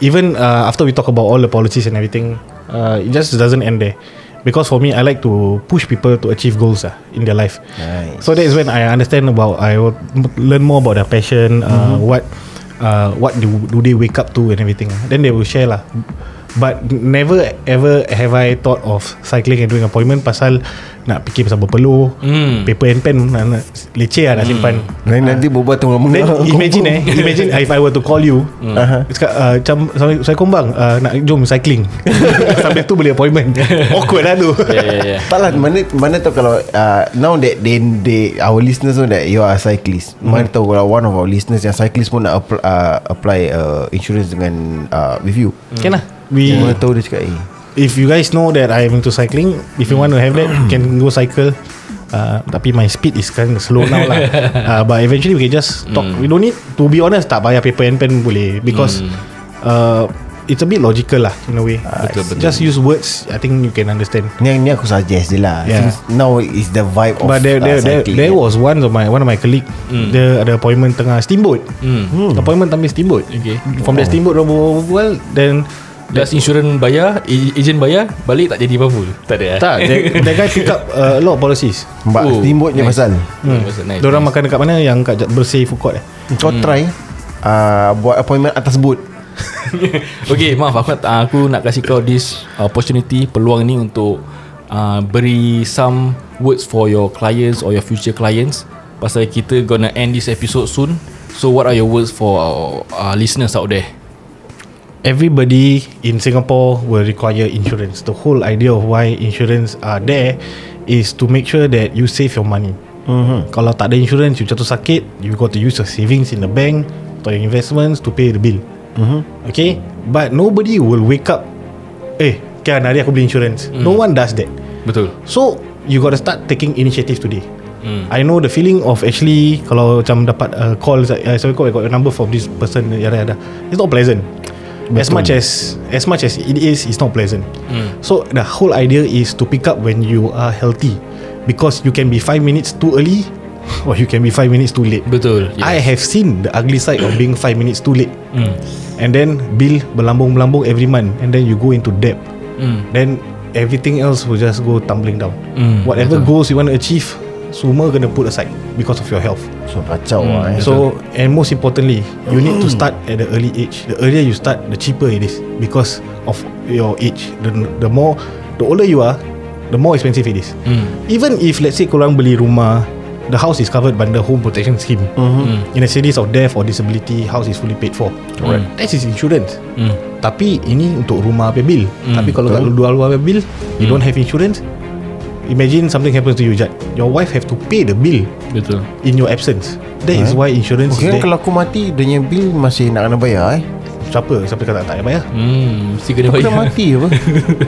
E: Even uh, after we talk about All the policies and everything uh, It just doesn't end there Because for me I like to Push people to achieve goals uh, In their life
B: Nice.
E: So that is when I understand about I will m- learn more about their passion uh, What uh, What do, do they wake up to And everything Then they will share lah But never ever have I thought of cycling and doing appointment pasal nak fikir pasal berpeluh, mm. paper and pen nak, nak leceh lah nak simpan.
B: Lain
C: Ah.
B: nanti berbual tengah
E: Then
B: mengalah
E: imagine eh Imagine if I were to call you
C: Hmm.
E: mm. uh-huh. Cakap uh, Macam Saya, saya kumbang uh, Nak jom cycling Sambil tu boleh appointment Awkward lah tu
C: yeah, yeah, yeah.
B: Tak lah mana, mana tahu kalau uh, Now that they, they, Our listeners know that You are a cyclist
C: Hmm.
B: mm. Mana tahu kalau One of our listeners Yang cyclist pun nak apply, uh, apply uh, Insurance dengan uh, With you
C: Hmm.
E: Can lah
B: yeah.
E: We
B: Mana tahu dia cakap eh
E: If you guys know that I am into cycling If you want to have that you Can go cycle Uh, tapi my speed is kind of slow now lah uh, But eventually we can just talk
C: Hmm.
E: We don't need To be honest tak payah paper and pen boleh Because uh, It's a bit logical lah In a way
C: Betul, betul.
E: Just use words I think you can understand
B: Ni, ni aku suggest je lah
E: Yeah.
B: yeah. Since now is the vibe of
E: But there,
B: uh,
E: there, there,
B: cycling
E: there
B: kan.
E: was one of my one of my colleague. Mm. Dia ada appointment tengah steamboat. Mm. Appointment sambil steamboat.
C: Okay.
E: From that steamboat orang berbual then
C: Last insurance bayar a- Agent bayar Balik tak jadi apa-apa Tak ada eh?
E: tak that, that guy pick up uh, a lot of policies.
B: Mbak
C: Oh,
B: oh, steamboat je
C: nice.
B: pasal
C: Hmm. Nice.
E: Nice, Diorang makan dekat mana yang kat bersih food court eh.
B: Kau
C: Hmm.
B: try uh, Buat appointment atas boat
C: Okay maaf aku, nak- aku nak kasih kau this opportunity Peluang ni untuk uh, Beri some words for your clients Or your future clients Pasal kita gonna end this episode soon So what are your words for our uh, listeners out there
E: Everybody in Singapore will require insurance. The whole idea of why insurance are there is to make sure that you save your money. Mm-hmm. Kalau tak ada insurance, you jatuh sakit, you got to use your savings in the bank or your investments to pay the bill. Mm-hmm. Okay, but nobody will wake up. Eh, kan hari aku beli insurance. Mm. No one does that.
C: Betul
E: So you got to start taking initiative today. Mm. I know the feeling of actually kalau macam dapat uh, call uh, sorry call I got a number from this person yada yada. It's not pleasant. As much as as much as it is, it's not pleasant. Mm. So the whole idea is to pick up when you are healthy, because you can be five minutes too early, or you can be five minutes too late.
C: Betul
E: I
C: yes.
E: have seen the ugly side of being 5 minutes too late. Mm. And then bill berlambung-berlambung every month and then you go into debt. Mm. Then everything else will just go tumbling down. Mm, Whatever betul. goals you want to achieve, semua kena put aside because of your health.
B: So kacau hmm. lah eh.
E: So and most importantly, you need to start at the early age. The earlier you start, the cheaper it is because of your age. The the more the older you are, the more expensive it is. Mm. Even if let's say korang beli rumah, the house is covered by the home protection scheme. Mm-hmm. In a series of death or disability, house is fully paid for. Correct. Mm. That is insurance. Mm. Tapi ini untuk rumah apa bil. Mm. Tapi kalau kat luar luar apa bil, you don't have insurance. Imagine something happens to you, Jad. Your wife have to pay the bill
C: Betul
E: in your absence. That is why insurance
B: Kira
E: okay, is there.
B: kalau aku mati Dia punya bill masih nak kena bayar eh
E: Siapa siapa kata tak payah bayar.
C: Hmm Mesti kena
B: Aku dah
C: bayar
B: mati apa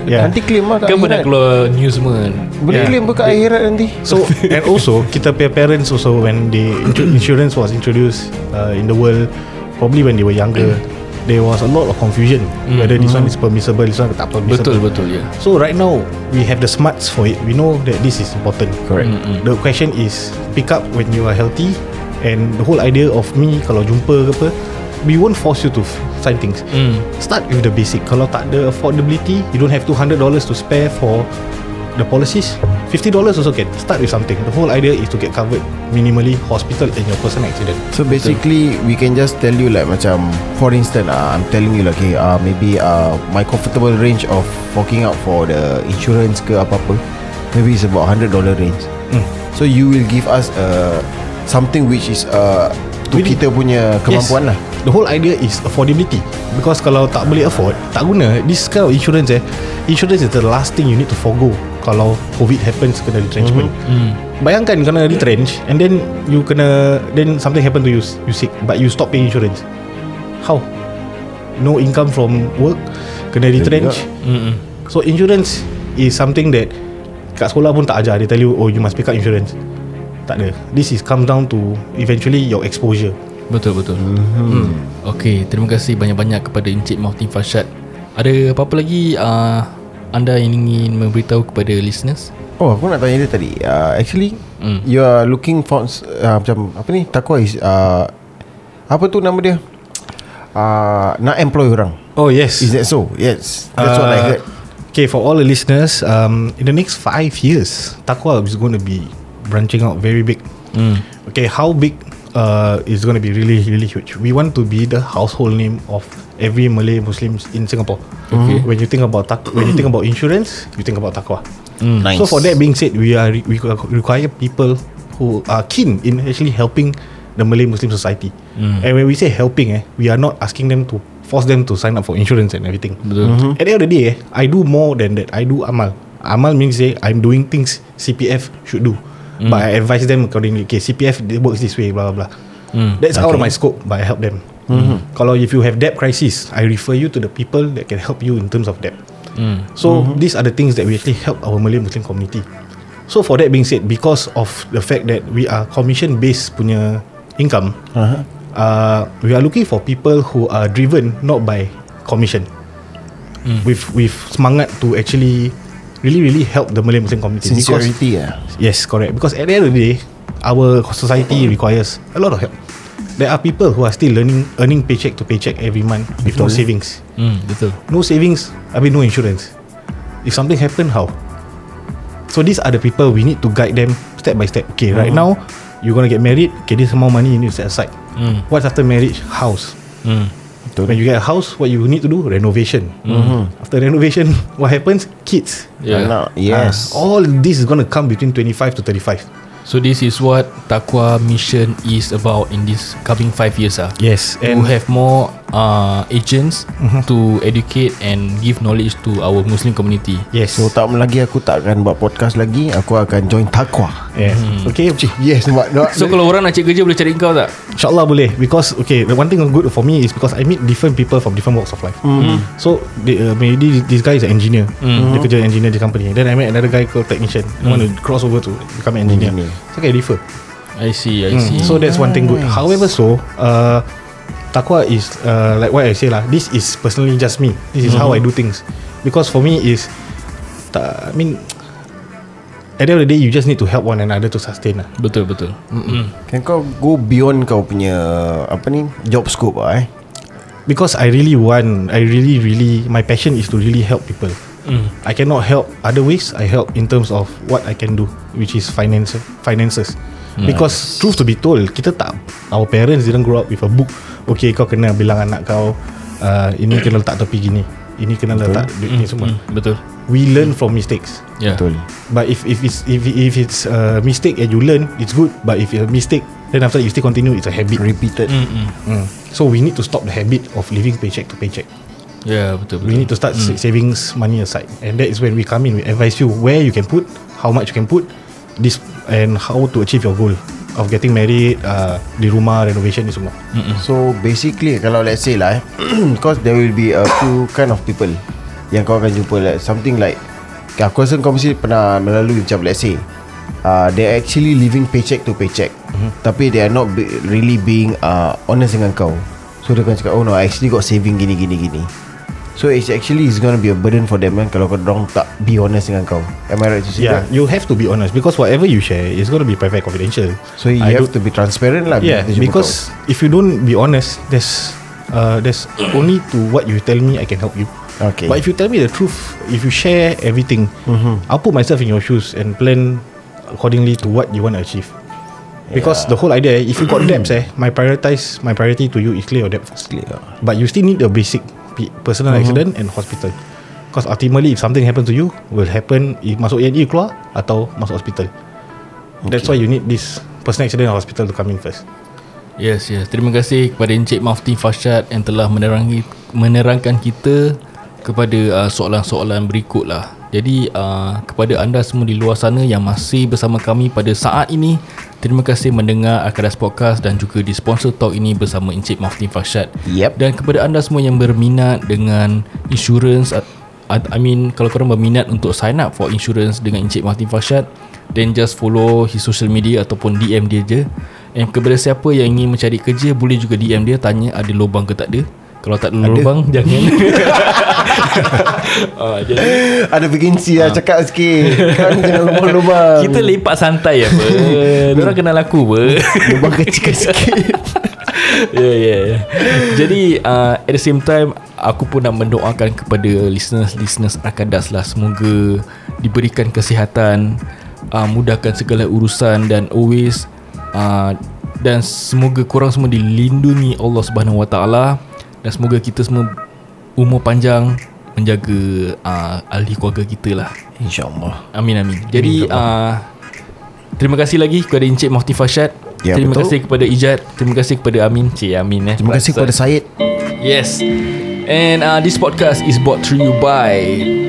E: Yeah.
B: Nanti claim lah kat
C: Kan pun dah
B: akhirat.
C: keluar news semua kan?
B: Boleh
E: Yeah.
B: claim pun kat akhirat nanti
E: So and also kita punya parents also when the insu- insurance was introduced uh, in the world probably when they were younger
C: Hmm.
E: there was a lot of confusion whether this one is permissible this one tak
C: Betul
E: permissible.
C: Hmm. betul ya yeah.
E: So right now we have the smarts for it. We know that this is important.
B: Correct
E: The question is Pick up when you are healthy And the whole idea of me Kalau jumpa ke apa We won't force you to f- sign things mm. Start with the basic Kalau tak ada affordability You don't have $200 to spare for The policies $50 also can Start with something The whole idea is to get covered Minimally Hospital and your personal accident
B: So basically We can just tell you like Macam For instance uh, I'm telling you like okay, uh, Maybe uh, My comfortable range of Forking out for the Insurance ke apa-apa Maybe it's about $100 range
E: Hmm.
B: mm. So you will give us uh, Something which is uh, To
E: Really?
B: kita punya Kemampuan lah
E: The whole idea is affordability Because kalau tak boleh afford Tak guna This kind of insurance eh Insurance is the last thing you need to forgo Kalau COVID happens Kena retrenchment mm-hmm. Bayangkan kena retrench And then You kena Then something happen to you You sick But you stop paying insurance How? No income from work Kena retrench mm-hmm. So insurance Is something that Kat sekolah pun tak ajar They tell you Oh you must pick up insurance Tak ada This is come down to Eventually your exposure
C: Betul betul. Mm-hmm. Okey, terima kasih banyak-banyak kepada Encik Mautin Farshad. Ada apa-apa lagi uh, anda yang ingin memberitahu kepada listeners?
B: Oh aku nak tanya dia tadi uh, Actually
E: Hmm.
B: mm. You are looking for uh, Macam Apa ni Takwa is uh, Apa tu nama dia uh, Nak employ orang
E: Oh yes
B: Is that so? Yes That's uh, what I
E: Uh,
B: heard
E: Okay, for all the listeners, um, in the next five years, Takwa is going to be branching out very big.
B: Hmm.
E: Okay, how big uh, is going to be really, really huge? We want to be the household name of every Malay Muslims in Singapore. Okay. When you think about tak- when you think about insurance, you think about takwa.
C: Mm.
B: Nice.
E: So for that being said, we are re- we require people who are keen in actually helping the Malay Muslim society. And when we say helping, eh, we are not asking them to force them to sign up for insurance and everything.
C: Betul.
E: At the end of the day, eh, I do more than that. I do amal. Amal means say I'm doing things CPF should do. But I advise them accordingly. Okay, CPF it works this way, blah blah blah. That's out of my scope, but I help them. Kalau if you have debt crisis, I refer you to the people that can help you in terms of debt. So these are the things that we actually help our Malay Muslim community. So for that being said, because of the fact that we are commission based punya income, uh-huh. uh, we are looking for people who are driven not by commission, with with semangat to actually really really help the Malay Muslim community. Because-
B: Sincerity ah.
E: Yes, correct. Because at the end of the day, our society requires a lot of help. There are people who are still learning, earning paycheck to paycheck every month with no savings.
C: Hmm, betul.
E: No savings, I mean no insurance. If something happen, how? So these are the people we need to guide them step by step. Okay, right now you're gonna get married. Okay, this amount of money you need to set aside. What's after marriage? House.
C: Hmm.
E: When you get a house, what you need to do? Renovation. After renovation, what happens? Kids.
C: Yeah.
B: Now, yes. Oh,
E: Ah, all this is gonna come between 25 to 35.
C: So this is what Takwa mission is about in this coming five years ah.
E: Yes,
C: To
E: and Mm-hmm.
C: have more uh, agents to educate and give knowledge to our Muslim community.
E: yes.
B: So tak lama lagi aku tak akan buat podcast lagi, aku akan join Takwa.
E: yes. Mm. Okay,
B: Yes, but not.
C: So kalau orang nak cari kerja boleh cari kau tak?
E: insyaallah boleh because okay, the one thing good for me is because I meet different people from different walks of life. So they, uh, maybe this guy is an engineer. Dia kerja engineer di company. Then I met another guy called technician. I want to cross over to become an engineer.
B: Engineer.
E: So I differ.
C: I see, I see.
E: Mm. So that's one thing good. However, so uh, Takwa is uh, like what I say lah. This is personally just me. This is how I do things. Because for me is, ta- I mean, at the end of the day, you just need to help one another to sustain lah.
C: betul betul.
B: Kan kau go beyond kau punya apa ni job scope ah eh.
E: Because I really want, I really, really, my passion is to really help people. I cannot help other ways. I help in terms of what I can do, which is finance, finances. Because truth to be told, kita tak, our parents didn't grow up with a book. Okay, kau kena bilang anak kau, uh, ini kena letak tepi gini, ini kena letak duit
C: Mm,
E: ni semua.
C: Betul. Ya.
E: We learn from mistakes.
C: Yeah.
B: Betul.
E: But if if it's if if it's a mistake and you learn, it's good. But if it's a mistake, then after that you still continue, it's a
C: Ah.
E: habit.
B: Repeated.
C: Hmm.
E: Mm. So we need to stop the habit of living paycheck to paycheck.
C: Yeah, Ya, betul betul.
E: We need to start mm. savings money aside, and that is when we come in. We advise you where you can put, how much you can put, this and how to achieve your goal of getting married, uh, di rumah renovation ni semua.
B: Mm. So basically kalau let's say lah eh, because there will be a few kind of people yang kau akan jumpa like something like okay, aku rasa kau mesti pernah melalui macam let's say uh, they actually living paycheck to paycheck
E: Mhm.
B: mm-hmm. tapi they are not be, really being uh, honest dengan kau. So dia akan cakap oh no I actually got saving gini gini gini. So it's actually it's gonna be a burden for them kan kalau kau orang tak be honest dengan kau. Am I right to say
E: Yeah,
B: that?
E: you have to be honest because whatever you share is going to be private confidential.
B: So you
E: I
B: have to be transparent lah bila
E: Yeah,
B: kita jumpa
E: because if you don't be honest, there's uh, there's only to what you tell me I can help you.
B: Okay. Mm-hmm.
E: But if you tell me the truth, if you share everything, I'll put myself in your shoes and plan accordingly to what you want to achieve. Because the whole idea, eh, if you got debts, eh, my prioritize my priority to you is clear your debt first.
B: kau. Clear. Mm-hmm.
E: But you still need the basic pe- personal accident and hospital. Because ultimately, if something happens to you, will happen if masuk A&E keluar atau masuk hospital. That's why you need this personal accident and hospital to come in first.
C: Yes, yes. Terima kasih kepada Encik Mafti Fashad yang telah menerangi menerangkan kita kepada uh, soalan-soalan berikut lah. Jadi uh, kepada anda semua di luar sana yang masih bersama kami pada saat ini, terima kasih mendengar Akadas Podcast dan juga di sponsor talk ini bersama Encik Mafti Fashad.
B: Yep.
C: Dan kepada anda semua yang berminat dengan insurans at- at- I mean kalau korang berminat untuk sign up for insurance dengan Encik Martin Fashad then just follow his social media ataupun DM dia je and kepada siapa yang ingin mencari kerja boleh juga DM dia tanya ada lubang ke tak ada kalau tak ada, lubang jangan Ah, jadi
B: Ada vacancy lah Cakap sikit Kan jangan lubang-lubang
C: kita lepak santai apa orang kenal aku apa
B: Lubang kecil sikit
C: yeah, yeah, yeah. ya, Jadi uh, at the same time aku pun nak mendoakan kepada listeners-listeners Akadas lah semoga diberikan kesihatan, uh, mudahkan segala urusan dan always uh, dan semoga korang semua dilindungi Allah Subhanahu Wa Taala dan semoga kita semua umur panjang menjaga uh, ahli keluarga kita lah
B: InsyaAllah
C: Amin amin Jadi uh, Terima kasih lagi kepada Encik Mufti Fashad
B: Ya,
C: Terima
B: betul.
C: kasih kepada Ijat Terima kasih kepada Amin Cik Amin eh
B: Terima kasih kepada Syed
C: Yes And uh, this podcast is brought to you by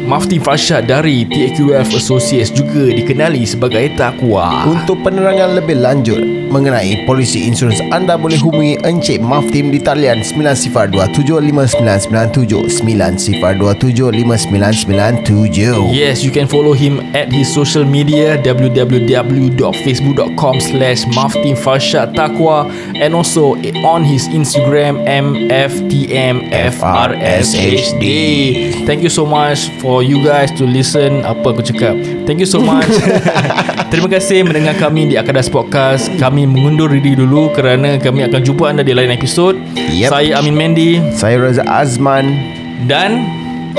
C: Mufti Fashad dari TQF Associates Juga dikenali sebagai Takwa
B: Untuk penerangan lebih lanjut mengenai polisi insurans anda boleh hubungi Encik Maftim di talian 90275997 90275997.
C: Yes, you can follow him at his social media www.facebook.com slash Maftin Farshad Taqwa and also on his Instagram MFTMFRSHD. Thank you so much for you guys to listen apa aku cakap. Thank you so much. Terima kasih mendengar kami di Akadas Podcast. Kami mengundur diri dulu kerana kami akan jumpa anda di lain episod.
B: Yep.
C: Saya Amin Mendy
B: Saya Raza Azman.
C: dan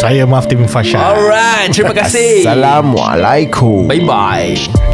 E: Saya Maftim Fasha
C: alright, terima kasih.
B: Assalamualaikum.
C: Bye bye.